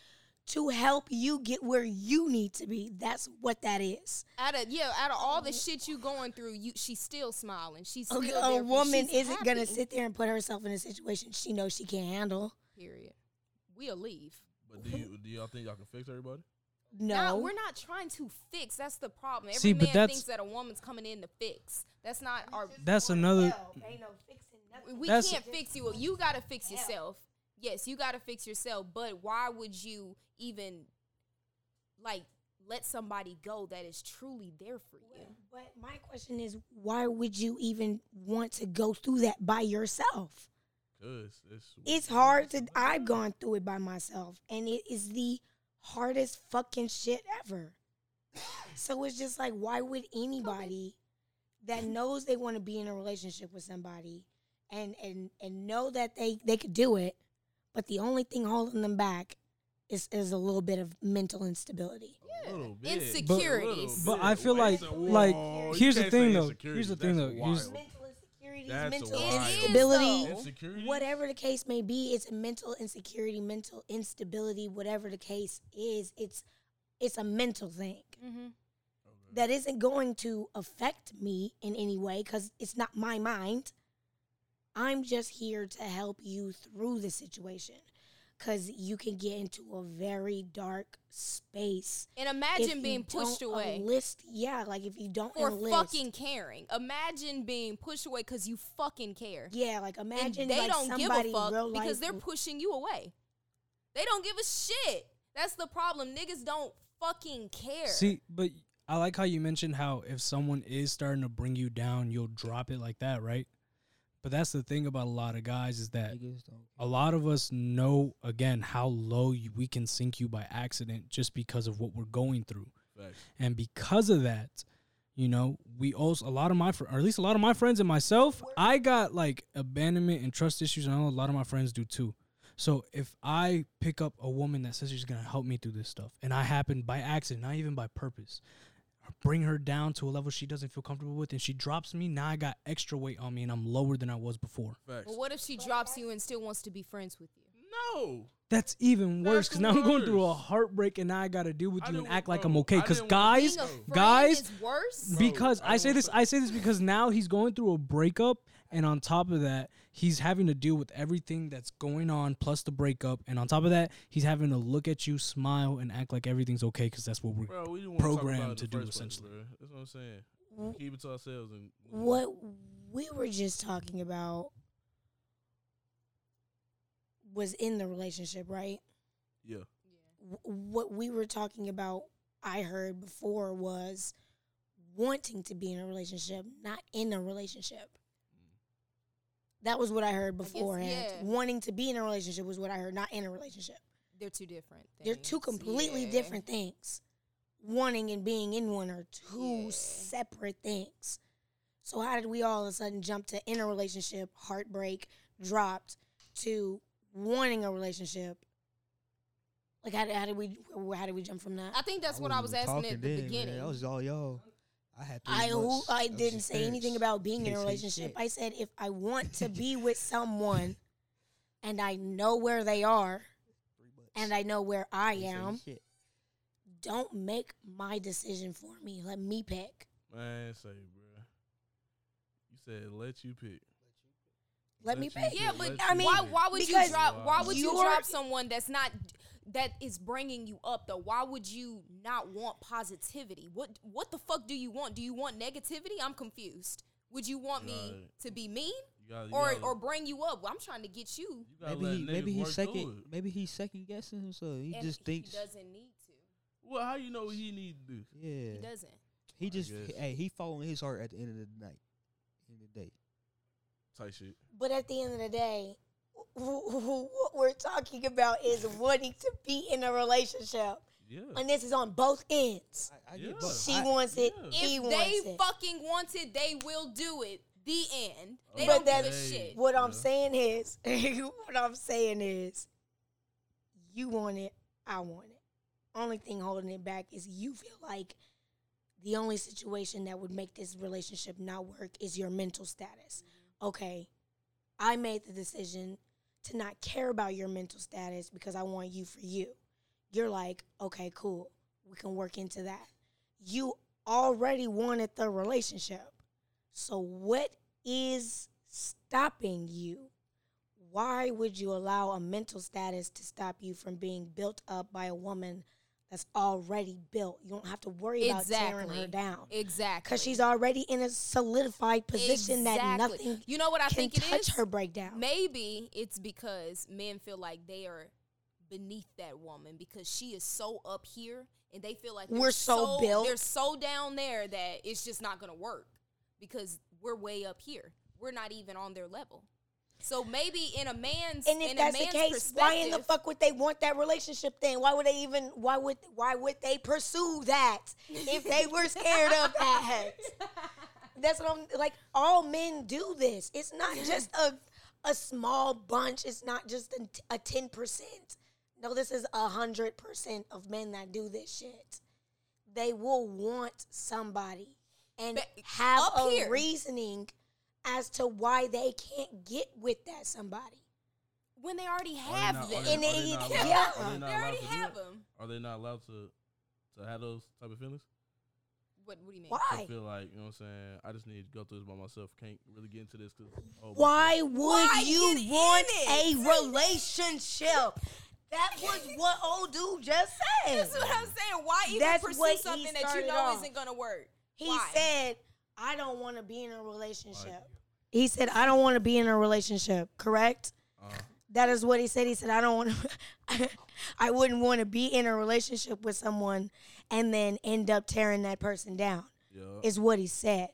S5: to help you get where you need to be. That's what that is.
S3: out of yeah, out of all the shit you going through, you she's still smiling. She's still
S5: Okay,
S3: there for
S5: a
S3: you.
S5: woman
S3: She's
S5: isn't going to
S3: happy.
S5: sit there and put herself in a situation she knows she can't handle.
S3: Period. We'll leave.
S1: But do you do y'all think y'all can fix everybody?
S5: No.
S3: Nah, we're not trying to fix. That's the problem. Every
S2: See, but
S3: man
S2: that's-
S3: thinks that a woman's coming in to fix. That's not our.
S2: That's another.
S5: Ain't no fixing
S3: We-
S5: nothing.
S3: we
S2: That's-
S3: can't fix you. You got to fix
S5: Yeah.
S3: yourself. Yes, you got to fix yourself. But why would you even like let somebody go that is truly there for you?
S5: But my question is, why would you even want to go through that by yourself?
S1: Cause it's
S5: It's hard to. I've gone through it by myself, and it is the hardest fucking shit ever. so it's just like, why would anybody that knows they want to be in a relationship with somebody and and and know that they they could do it, but the only thing holding them back is is a little bit of mental instability.
S1: a little bit.
S3: insecurities.
S2: But I feel like like
S1: Whoa, you
S2: here's the
S1: can't say
S2: thing though.
S1: insecurities.
S2: Here's the thing though.
S1: That's
S2: Here's,
S1: wild.
S5: Mental insecurities,
S1: That's
S5: mental
S1: wild.
S5: instability.
S3: It is, though.
S1: Insecurities?
S5: whatever
S3: Mm-hmm.
S5: the case may be it's a mental insecurity mental instability whatever the case is it's it's a mental thing
S3: Mm-hmm.
S5: that isn't going to affect me in any way because it's not my mind i'm just here to help you through the situation because you can get into a very dark space.
S3: And
S5: if
S3: imagine
S5: you
S3: being pushed
S5: don't
S3: away
S5: Enlist, yeah, like if you don't
S3: for
S5: enlist,
S3: fucking caring. Imagine being pushed away because you fucking care.
S5: yeah, like
S3: and
S5: imagine
S3: they
S5: like
S3: don't give
S5: somebody
S3: a fuck
S5: real life
S3: because they're
S5: would-
S3: pushing you away. They don't give a shit. That's the problem. Niggas don't fucking care.
S2: See, but I like how you mentioned how if someone is starting to bring you down, you'll drop it like that, right? But that's the thing about a lot of guys is that
S4: Niggas don't.
S2: a lot of us know again how low you, we can sink you by accident just because of what we're going through.
S1: Facts.
S2: and because of that you know we also a lot of my fr- or at least a lot of my friends and myself i got like abandonment and trust issues and I know a lot of my friends do too so if i pick up a woman that says she's going to help me through this stuff and i happen by accident not even by purpose bring her down to a level she doesn't feel comfortable with and she drops me now i got extra weight on me and i'm lower than i was before
S1: Facts.
S3: But what if she drops you and still wants to be friends with you?
S1: No.
S2: that's even
S1: That's
S2: worse because now i'm going through a
S1: worse.
S2: heartbreak and now i got to deal with
S1: I
S2: you and
S1: didn't-
S2: act like
S1: bro,
S2: i'm okay
S1: I
S2: because
S1: didn't wanna-
S2: guys
S3: Being a friend
S2: guys
S3: is worse.
S1: Bro,
S2: because
S1: I
S2: I,
S1: don't
S2: say
S1: wanna
S2: this,
S1: put-
S2: I say this because now he's going through a breakup, and on top of that, he's having to deal with everything that's going on, plus the breakup, and on top of that, he's having to look at you, smile, and act like everything's okay because that's what we're.
S1: Bro, we didn't
S2: Programmed
S1: program to
S2: to do,
S1: do place,
S2: essentially.
S1: bro. That's what I'm saying.
S5: Wh-
S1: Keep it to ourselves and
S5: what we were just talking about was in the relationship, right?
S1: Yeah.
S5: Wh- What we were talking about, I heard before was wanting to be in a relationship, not in a relationship. That was what I heard
S3: guess,
S5: beforehand.
S3: yeah.
S5: Wanting to be in a relationship was what I heard, not in a relationship.
S3: They're two different. Things.
S5: They're two completely
S3: Yeah.
S5: different things. Wanting and being in one are two
S3: Yeah.
S5: separate things. So how did we all of a sudden jump to in a relationship, heartbreak, dropped to wanting a relationship? Like how, did- how did we how did we jump from that?
S3: I think that's what I was
S4: wasn't even
S3: asking at
S4: talking
S3: the
S4: then, man.
S3: beginning.
S4: That was all y'all. I had. Three Oh,
S5: I who,
S4: months
S5: I
S4: of
S5: didn't say anything
S4: experience.
S5: about being in a
S4: Didn't say
S5: relationship.
S4: shit.
S5: I said if I want to be with someone and I know where they are
S4: Three months.
S5: and I know where I
S4: Didn't say
S5: am,
S4: shit.
S5: don't make my decision for me. Let me pick.
S1: Man, say, bro. You said let you pick.
S5: Let me
S1: you
S5: pick.
S3: Yeah, but
S1: let
S5: I
S1: you
S5: mean,
S3: why
S1: pick.
S3: why would you
S5: because
S3: drop why would you
S5: you're-
S3: drop someone that's not that is bringing you up though? Why would you not want positivity? What what the fuck do you want? Do you want negativity? I'm confused. Would you want me
S1: Right.
S3: to be mean
S1: You gotta- you
S3: or
S1: gotta-
S3: or bring you up? Well, I'm trying to get you.
S1: you gotta
S4: maybe he,
S1: let
S4: maybe
S1: niggas
S4: he's
S1: work through
S4: second.
S1: it.
S4: Maybe he's second guessing himself. He
S3: And
S4: just thinks.
S3: he doesn't need to.
S1: Well, how you know what he need to do?
S4: yeah.
S3: He doesn't.
S4: He
S1: I
S4: just
S1: guess.
S4: hey, he following his heart at the end of the night. End of the day.
S1: Type shit.
S5: But at the end of the day, wh- wh- wh- what we're talking about is wanting to be in a relationship,
S1: Yeah.
S5: and this is on both ends.
S4: I, I
S1: Yeah.
S4: get both.
S5: She
S4: I-
S5: wants it.
S1: yeah.
S5: He
S3: If
S5: wants
S3: they
S5: it.
S3: fucking want it, they will do it. The end. They
S5: But
S3: don't give a
S1: that's-
S3: shit.
S5: what I'm
S1: Yeah.
S5: saying is, what I'm saying is, you want it, I want it. Only thing holding it back is you feel like the only situation that would make this relationship not work is your mental status.
S3: Mm-hmm.
S5: Okay, I made the decision to not care about your mental status because I want you for you. You're like, okay, cool, we can work into that. You already wanted the relationship. So, what is stopping you? Why would you allow a mental status to stop you from being built up by a woman that's already built? You don't have to worry about tearing her down
S3: Exactly.
S5: because she's already in a solidified position that
S3: Exactly.
S5: nothing
S3: You know what I
S5: can
S3: think it
S5: touch
S3: is?
S5: her breakdown.
S3: Maybe it's because men feel like they are beneath that woman because she is so up here and they feel like they're
S5: We're so built.
S3: They're so down there that it's just not going to work because we're way up here. We're not even on their level. So maybe in a man's
S5: And if
S3: in
S5: that's
S3: a
S5: the
S3: man's
S5: case, why in the
S3: perspective-
S5: fuck would they want that relationship then? Why would they even why would why would they pursue that if they were scared of that? That's what I'm like all men do this. It's not just a a small bunch. It's not just a- a 10%. No, this is a 100% of men that do this shit. They will want somebody and
S3: Ba-
S5: have
S3: up
S5: a
S3: here.
S5: reasoning as to why they can't get with that somebody.
S3: when they already
S1: Are they
S3: have
S1: not-
S3: them.
S1: are they-
S5: And
S1: are
S5: they-
S1: they not
S5: yeah.
S1: allowed- are not
S5: They
S3: They
S1: allowed
S3: already
S1: to do
S3: have
S1: that?
S3: them.
S1: Are they not allowed to to have those type of feelings?
S3: What, what do you mean?
S1: I
S5: Why?
S1: feel like, you know what I'm saying? I just need to go through this by myself. Can't really get into this because. Oh,
S5: Why would
S3: Why get in
S5: you want a
S3: it?
S5: relationship? That was what old dude just said.
S3: That's what I'm saying. Why even
S5: That's what
S3: pursue
S5: he
S3: something that you
S5: started
S3: know
S5: off.
S3: isn't gonna work?
S5: He
S3: Why?
S5: said, I don't want to be in a relationship. He said, I don't want to be in a relationship, correct?
S1: uh,
S5: That is what he said. He said, I don't want to, I wouldn't want to be in a relationship with someone and then end up tearing that person down,
S1: yeah.
S5: is what he said.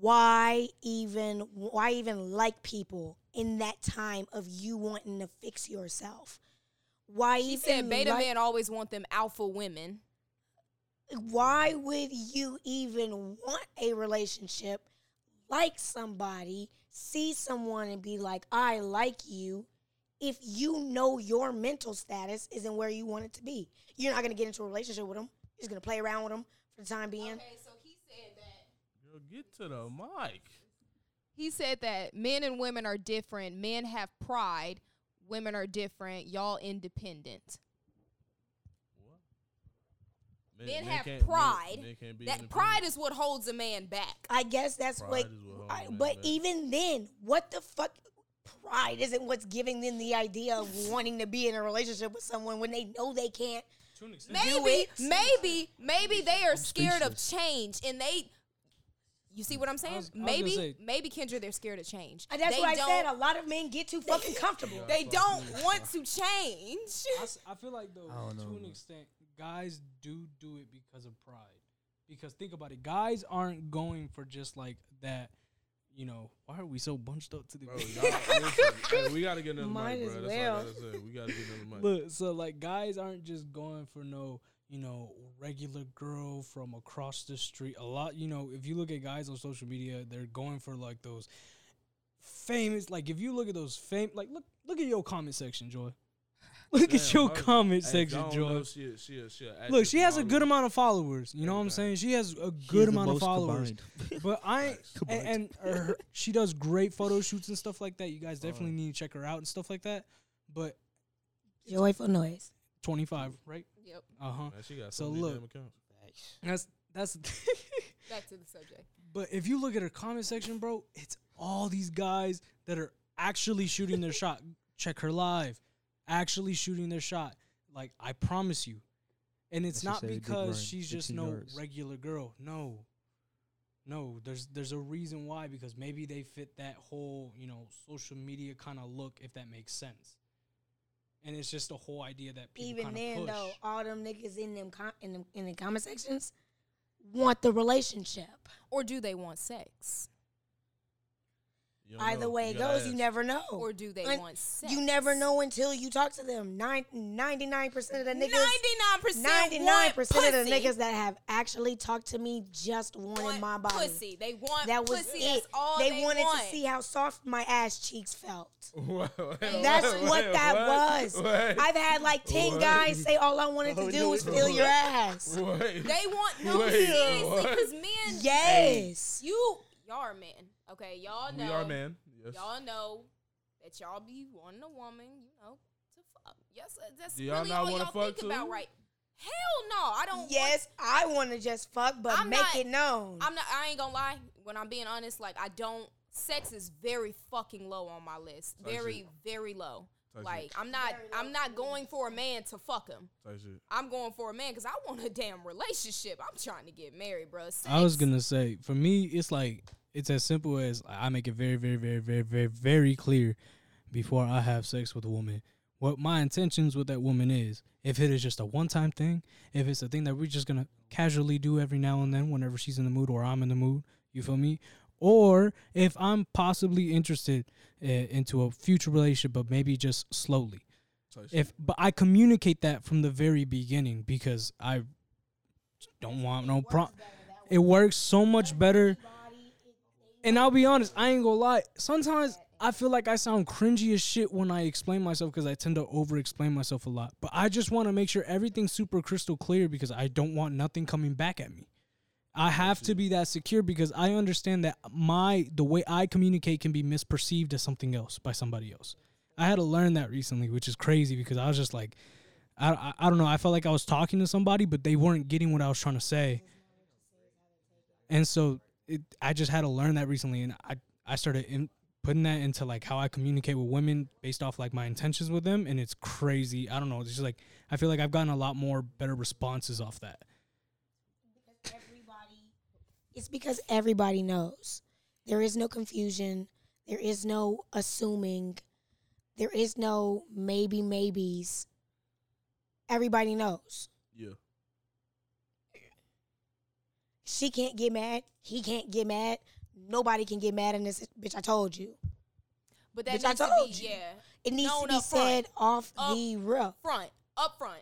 S5: Why even why even like people in that time of you wanting to fix yourself? Why
S3: He
S5: even
S3: said beta
S5: like-
S3: men always want them alpha women.
S5: why would you even want a relationship like somebody see someone and be like i like you if you know your mental status isn't where you want it to be you're not going to get into a relationship with them you're just going to play around with them for the time being
S3: so he said that.
S1: Girl, get to the mic.
S3: He said that men and women are different. Men have pride. Women are different. Y'all independent. Men have
S1: can't- men-
S3: pride.
S1: Men, can't be
S3: That
S1: independent.
S3: pride is what holds a man back.
S5: i guess that's
S1: Pride is what holds
S5: what I,
S1: men
S5: but
S1: back.
S5: even then what the fuck pride isn't what's giving them the idea of wanting to be in a relationship with someone when they know they can't
S2: To an extent.
S3: Maybe, maybe, maybe they are scared of change and they. You see what I'm saying?
S2: was- I was gonna
S3: maybe,
S2: say-
S3: maybe Kendra, they're scared of change.
S5: And that's
S3: they
S5: why I
S3: don't-
S5: said a lot of men get too fucking comfortable.
S3: They don't want to change.
S2: I, s- I feel like though,
S4: I don't
S2: to
S4: know,
S2: an
S4: man.
S2: extent, guys do do it because of pride. Because think about it, guys aren't going for just like that. You know, why are we so bunched up to the?
S1: Bro, y'all, listen, hey, we gotta get another
S5: Might
S1: mic,
S5: as
S1: bro. That's all I
S5: well.
S1: gotta say. We gotta get another mic.
S2: Look, so like guys aren't just going for no, you know, regular girl from across the street. A lot, you know, if you look at guys on social media, they're going for like those famous. Like if you look at those fame, like look look at your comment section, Joy. Look at
S1: Damn,
S2: your
S1: bro.
S2: comment
S1: Hey, if
S2: section,
S1: y'all don't
S2: Joy.
S1: know, she, a- she, a- she a
S2: Look,
S1: actress
S2: she has a
S1: model.
S2: good amount of followers. You know what I'm
S1: Everything.
S2: saying? She has a good amount of followers. But I ain't-
S4: Combined.
S2: and, and uh, her, she does great photo shoots and stuff like that. You guys definitely need to check her out and stuff like that. But
S5: Joyful noise.
S2: 25, right?
S3: Yep.
S2: Uh huh.
S1: Man, she got
S2: So
S1: so many
S2: look.
S1: damn accounts.
S2: That's that's.
S3: Back to the subject.
S2: but if you look at her comment section, bro, it's all these guys that are actually shooting their shot. Check her live, actually shooting their shot. Like I promise you, and it's
S4: That's
S2: not
S4: just a good
S2: because
S4: run,
S2: she's just
S4: 15
S2: no
S4: yards.
S2: regular girl. No, no. There's there's a reason why because maybe they fit that whole you know social media kind of look if that makes sense. And it's just the whole idea that people
S5: Even
S2: kind
S5: then,
S2: of push.
S5: though, all them niggas in them com- in them, in the comment sections want the relationship.
S3: Or do they want sex?
S1: You don't
S5: Either
S1: know.
S5: way it
S1: gotta
S5: goes, you
S1: ask.
S5: never know.
S3: Or do they
S5: Un-
S3: want sex?
S5: Oh, You never know until you talk to them. Nine, 99% of the
S3: Ninety
S5: niggas.
S3: nine percent.
S5: 99% of the niggas that have actually talked to me just wanted
S3: want
S5: my body.
S3: pussy. They want
S5: That was
S3: pussy.
S5: it.
S3: That's all
S5: they,
S3: they,
S5: wanted
S3: want.
S5: to see how soft my ass cheeks felt.
S1: What?
S5: That's
S3: Wait,
S5: what that was.
S1: Wait,
S5: I've had like 10
S1: What?
S5: guys say all I wanted to
S1: Oh,
S5: do
S1: no,
S5: was
S1: no.
S5: feel your ass.
S1: wait.
S3: They want no
S1: Wait,
S3: seriously
S1: what?
S3: because men.
S5: Yes.
S3: You y'all are men. Okay, y'all know.
S1: we are man. Yes.
S3: Y'all know that y'all be wanting a woman. You know to fuck. Yes, uh, that's
S1: Do y'all
S3: really
S1: not
S3: all
S1: wanna
S3: y'all
S1: fuck
S3: think about
S1: too?
S3: right. Hell no, I don't. want-
S5: Yes, I want to just fuck, but
S3: I'm
S5: make
S3: not-
S5: it known.
S3: I'm not. I ain't gonna lie. When I'm being honest, like I don't. Sex is very fucking low on my list.
S1: Type
S3: very,
S1: shit.
S3: very low.
S1: Type
S3: like
S1: shit.
S3: I'm not. I'm not going for a man to fuck him.
S1: Type shit.
S3: I'm going for a man because I want a damn relationship. I'm trying to get married, bro.
S5: Uh,
S2: I was
S3: Sex-
S2: gonna say, for me, it's like it's as simple as I make it very, very, very, very, very, very clear before I have sex with a woman what my intentions with that woman is. If it is just a one-time thing, if it's a thing that we're just gonna casually do every now and then, whenever she's in the mood or I'm in the mood, you feel me? Or if I'm possibly interested uh, into a future relationship, but maybe just slowly
S1: Type shit.
S2: if but I communicate that from the very beginning because I don't want no pro. It works so much better. And I'll be honest, I ain't gonna lie. Sometimes I feel like I sound cringy as shit when I explain myself because I tend to over explain myself a lot. But I just want to make sure everything's super crystal clear because I don't want nothing coming back at me. I have to be that secure because I understand that my the way I communicate can be misperceived as something else by somebody else. I had to learn that recently, which is crazy because I was just like, I, I, I don't know. I felt like I was talking to somebody, but they weren't getting what I was trying to say. And so it, I just had to learn that recently, and I I started in, putting that into like how I communicate with women based off like my intentions with them, and it's crazy. I don't know. It's just like I feel like I've gotten a lot more better responses off that.
S5: everybody it's because everybody knows there is no confusion there is no assuming there is no maybe maybes everybody knows
S1: Yeah.
S5: she can't get mad he can't get mad nobody can get mad in this bitch i told you
S3: But that
S5: Bitch, I
S3: needs to
S5: told
S3: be
S5: you.
S3: yeah
S5: it needs
S3: Known
S5: to be
S3: up front.
S5: said off
S3: Up
S5: the roof
S3: front up front.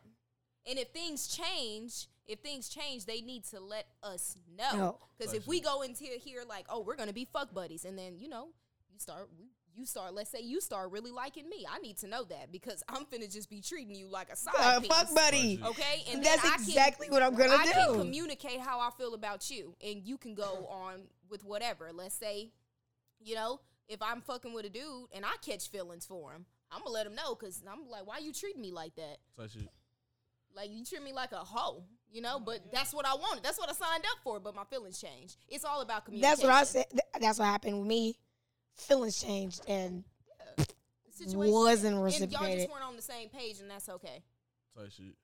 S3: And if things change, if things change, they need to let us know.
S5: No.
S3: Because if we go into here like, oh, we're gonna be fuck buddies, and then you know, you start you start. Let's say you start really liking me. I need to know that because I'm finna just be treating you like a side
S5: Uh,
S3: piece.
S5: fuck buddy
S3: Okay, and
S5: that's
S3: then I
S5: exactly
S3: can,
S5: what i'm gonna
S3: I can
S5: do
S3: communicate how I feel about you, and you can go on with whatever. Let's say, you know, if I'm fucking with a dude and I catch feelings for him, I'm gonna let him know because I'm like, why you treating me like that?
S1: Type shit.
S3: Like you treat me like a hoe, you know. But that's what I wanted. That's what I signed up for. But my feelings changed. It's all about communication.
S5: that's what i said Th- that's what happened with me feelings changed and
S3: The situation-
S5: wasn't
S3: And y'all
S5: reciprocated
S3: just weren't on the same page, and that's okay.
S1: Type shit.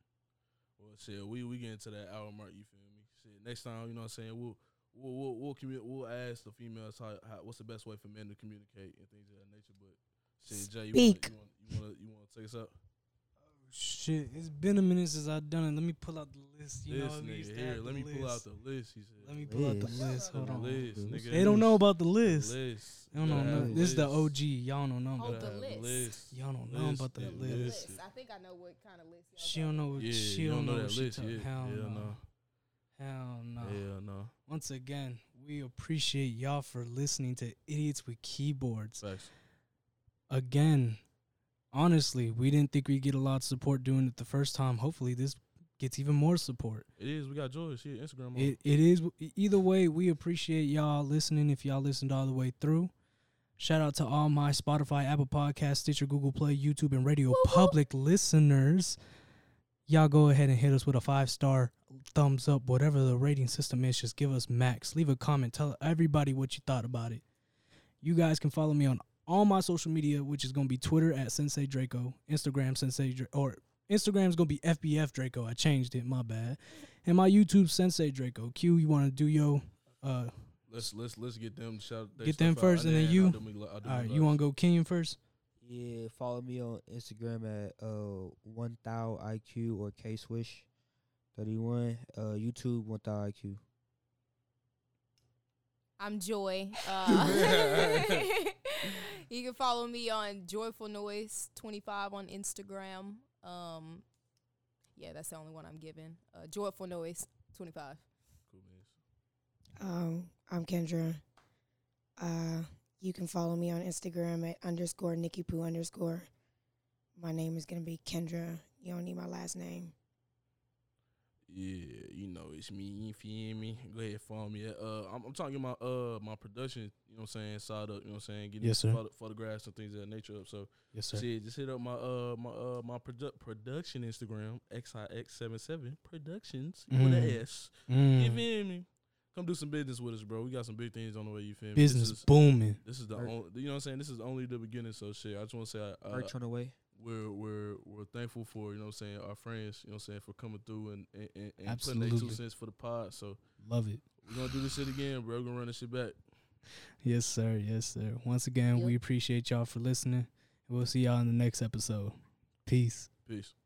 S1: Well, shit, we we get into that hour mark. You feel me? Shit. Next time, you know what I'm saying? We'll we'll we'll we'll, commu- we'll ask the females how, how what's the best way for men to communicate and things of that nature. But shit, Jay, you
S5: Speak.
S1: want you want you want to take us out?
S2: Shit, it's been a minute since I've done it. Let me pull out the list. You
S1: this
S2: know, I used
S1: nigga
S2: to have
S1: here.
S2: the
S1: Let me
S2: list.
S1: pull out the list. He said.
S2: Let me pull out the
S4: List.
S2: list. Hold
S1: The
S2: on.
S1: list,
S4: This-
S1: nigga.
S2: They don't know about the
S1: The
S2: list.
S1: list.
S2: They don't know.
S1: Gotta have
S2: no-
S1: a
S2: This is the
S1: list.
S2: OG. Y'all don't know.
S3: Oh,
S2: about
S1: Gotta
S3: the
S1: have a
S3: list.
S2: Y'all don't know about the
S1: nigga,
S2: list.
S1: list.
S3: I think I know what kind of list. y'all
S2: She
S3: got.
S2: don't know. What,
S1: Yeah,
S2: she
S1: you
S2: don't
S1: don't
S2: know.
S1: know
S2: what
S1: that
S2: she
S1: list.
S2: talk-
S1: Yeah,
S2: Hell
S1: hell
S2: no.
S1: no.
S2: Hell no.
S1: Hell no.
S2: Once again, we appreciate y'all for listening to Idiots with Keyboards.
S1: Facts.
S2: Again, honestly, we didn't think we'd get a lot of support doing it the first time. Hopefully, this gets even more support.
S1: It is. We got Joy. She Instagram. on.
S2: It, it is e-, either way. We appreciate y'all listening. If y'all listened all the way through, shout out to all my Spotify, Apple Podcast, Stitcher, Google Play, YouTube, and Radio Public listeners. Y'all go ahead and hit us with a five star thumbs up, whatever the rating system is. Just give us max. Leave a comment. Tell everybody what you thought about it. You guys can follow me on all my social media, which is gonna be Twitter at Sensei Draco, Instagram Sensei Dra- or Instagram's gonna be FBF Draco. I changed it. My bad and my YouTube sensei Draco Q. You want to do yo? Uh,
S1: Let's let's let's get them shout. they
S2: Get
S1: stuff
S2: them
S1: out,
S2: first and then you-
S1: I'll do me li- I'll do me
S2: all right,
S1: last.
S2: you want to go Kenyon first?
S4: Yeah, follow me on Instagram at uh one thou IQ or K Swish thirty one. Uh YouTube one thou IQ.
S3: I'm Joy. Uh, you can follow me on Joyful Noise 25 on Instagram. Um, yeah, that's the only one I'm giving. Uh, Joyful Noise 25.
S1: Cool, man.
S5: Um, I'm Kendra. Uh, you can follow me on Instagram at underscore Nikki Poo underscore. My name is gonna be Kendra. You don't need my last name.
S1: Yeah, you know it's me. You feel me? Go ahead, follow me. Uh, I'm, I'm talking about uh my production. You know what I'm saying? Side up. You know what I'm saying? Getting
S2: Yes, sir.
S1: photo- photographs and things of that nature up. So
S2: Yes,
S1: shit, just hit up my uh my uh my produ- production Instagram xix77 productions with
S2: Mm.
S1: a S. You feel me? Come do some business with us, bro. We got some big things on the way. You feel me? This
S2: Business
S1: is-
S2: booming.
S1: This is the
S4: Merch.
S1: only, you know what I'm saying? This is only the beginning. So shit, I just want to say uh,
S4: Merch on the way.
S1: we're we're we're thankful for you know what I'm saying our friends you know what I'm saying for coming through and and, and, and putting their two
S2: Absolutely.
S1: cents for the pod. So
S2: Love it.
S1: we're gonna do this shit again, bro. We're gonna run this shit back.
S2: Yes, sir. Yes, sir. Once again,
S3: Yep.
S2: we appreciate y'all for listening. We'll see y'all in the next episode. Peace.
S1: Peace.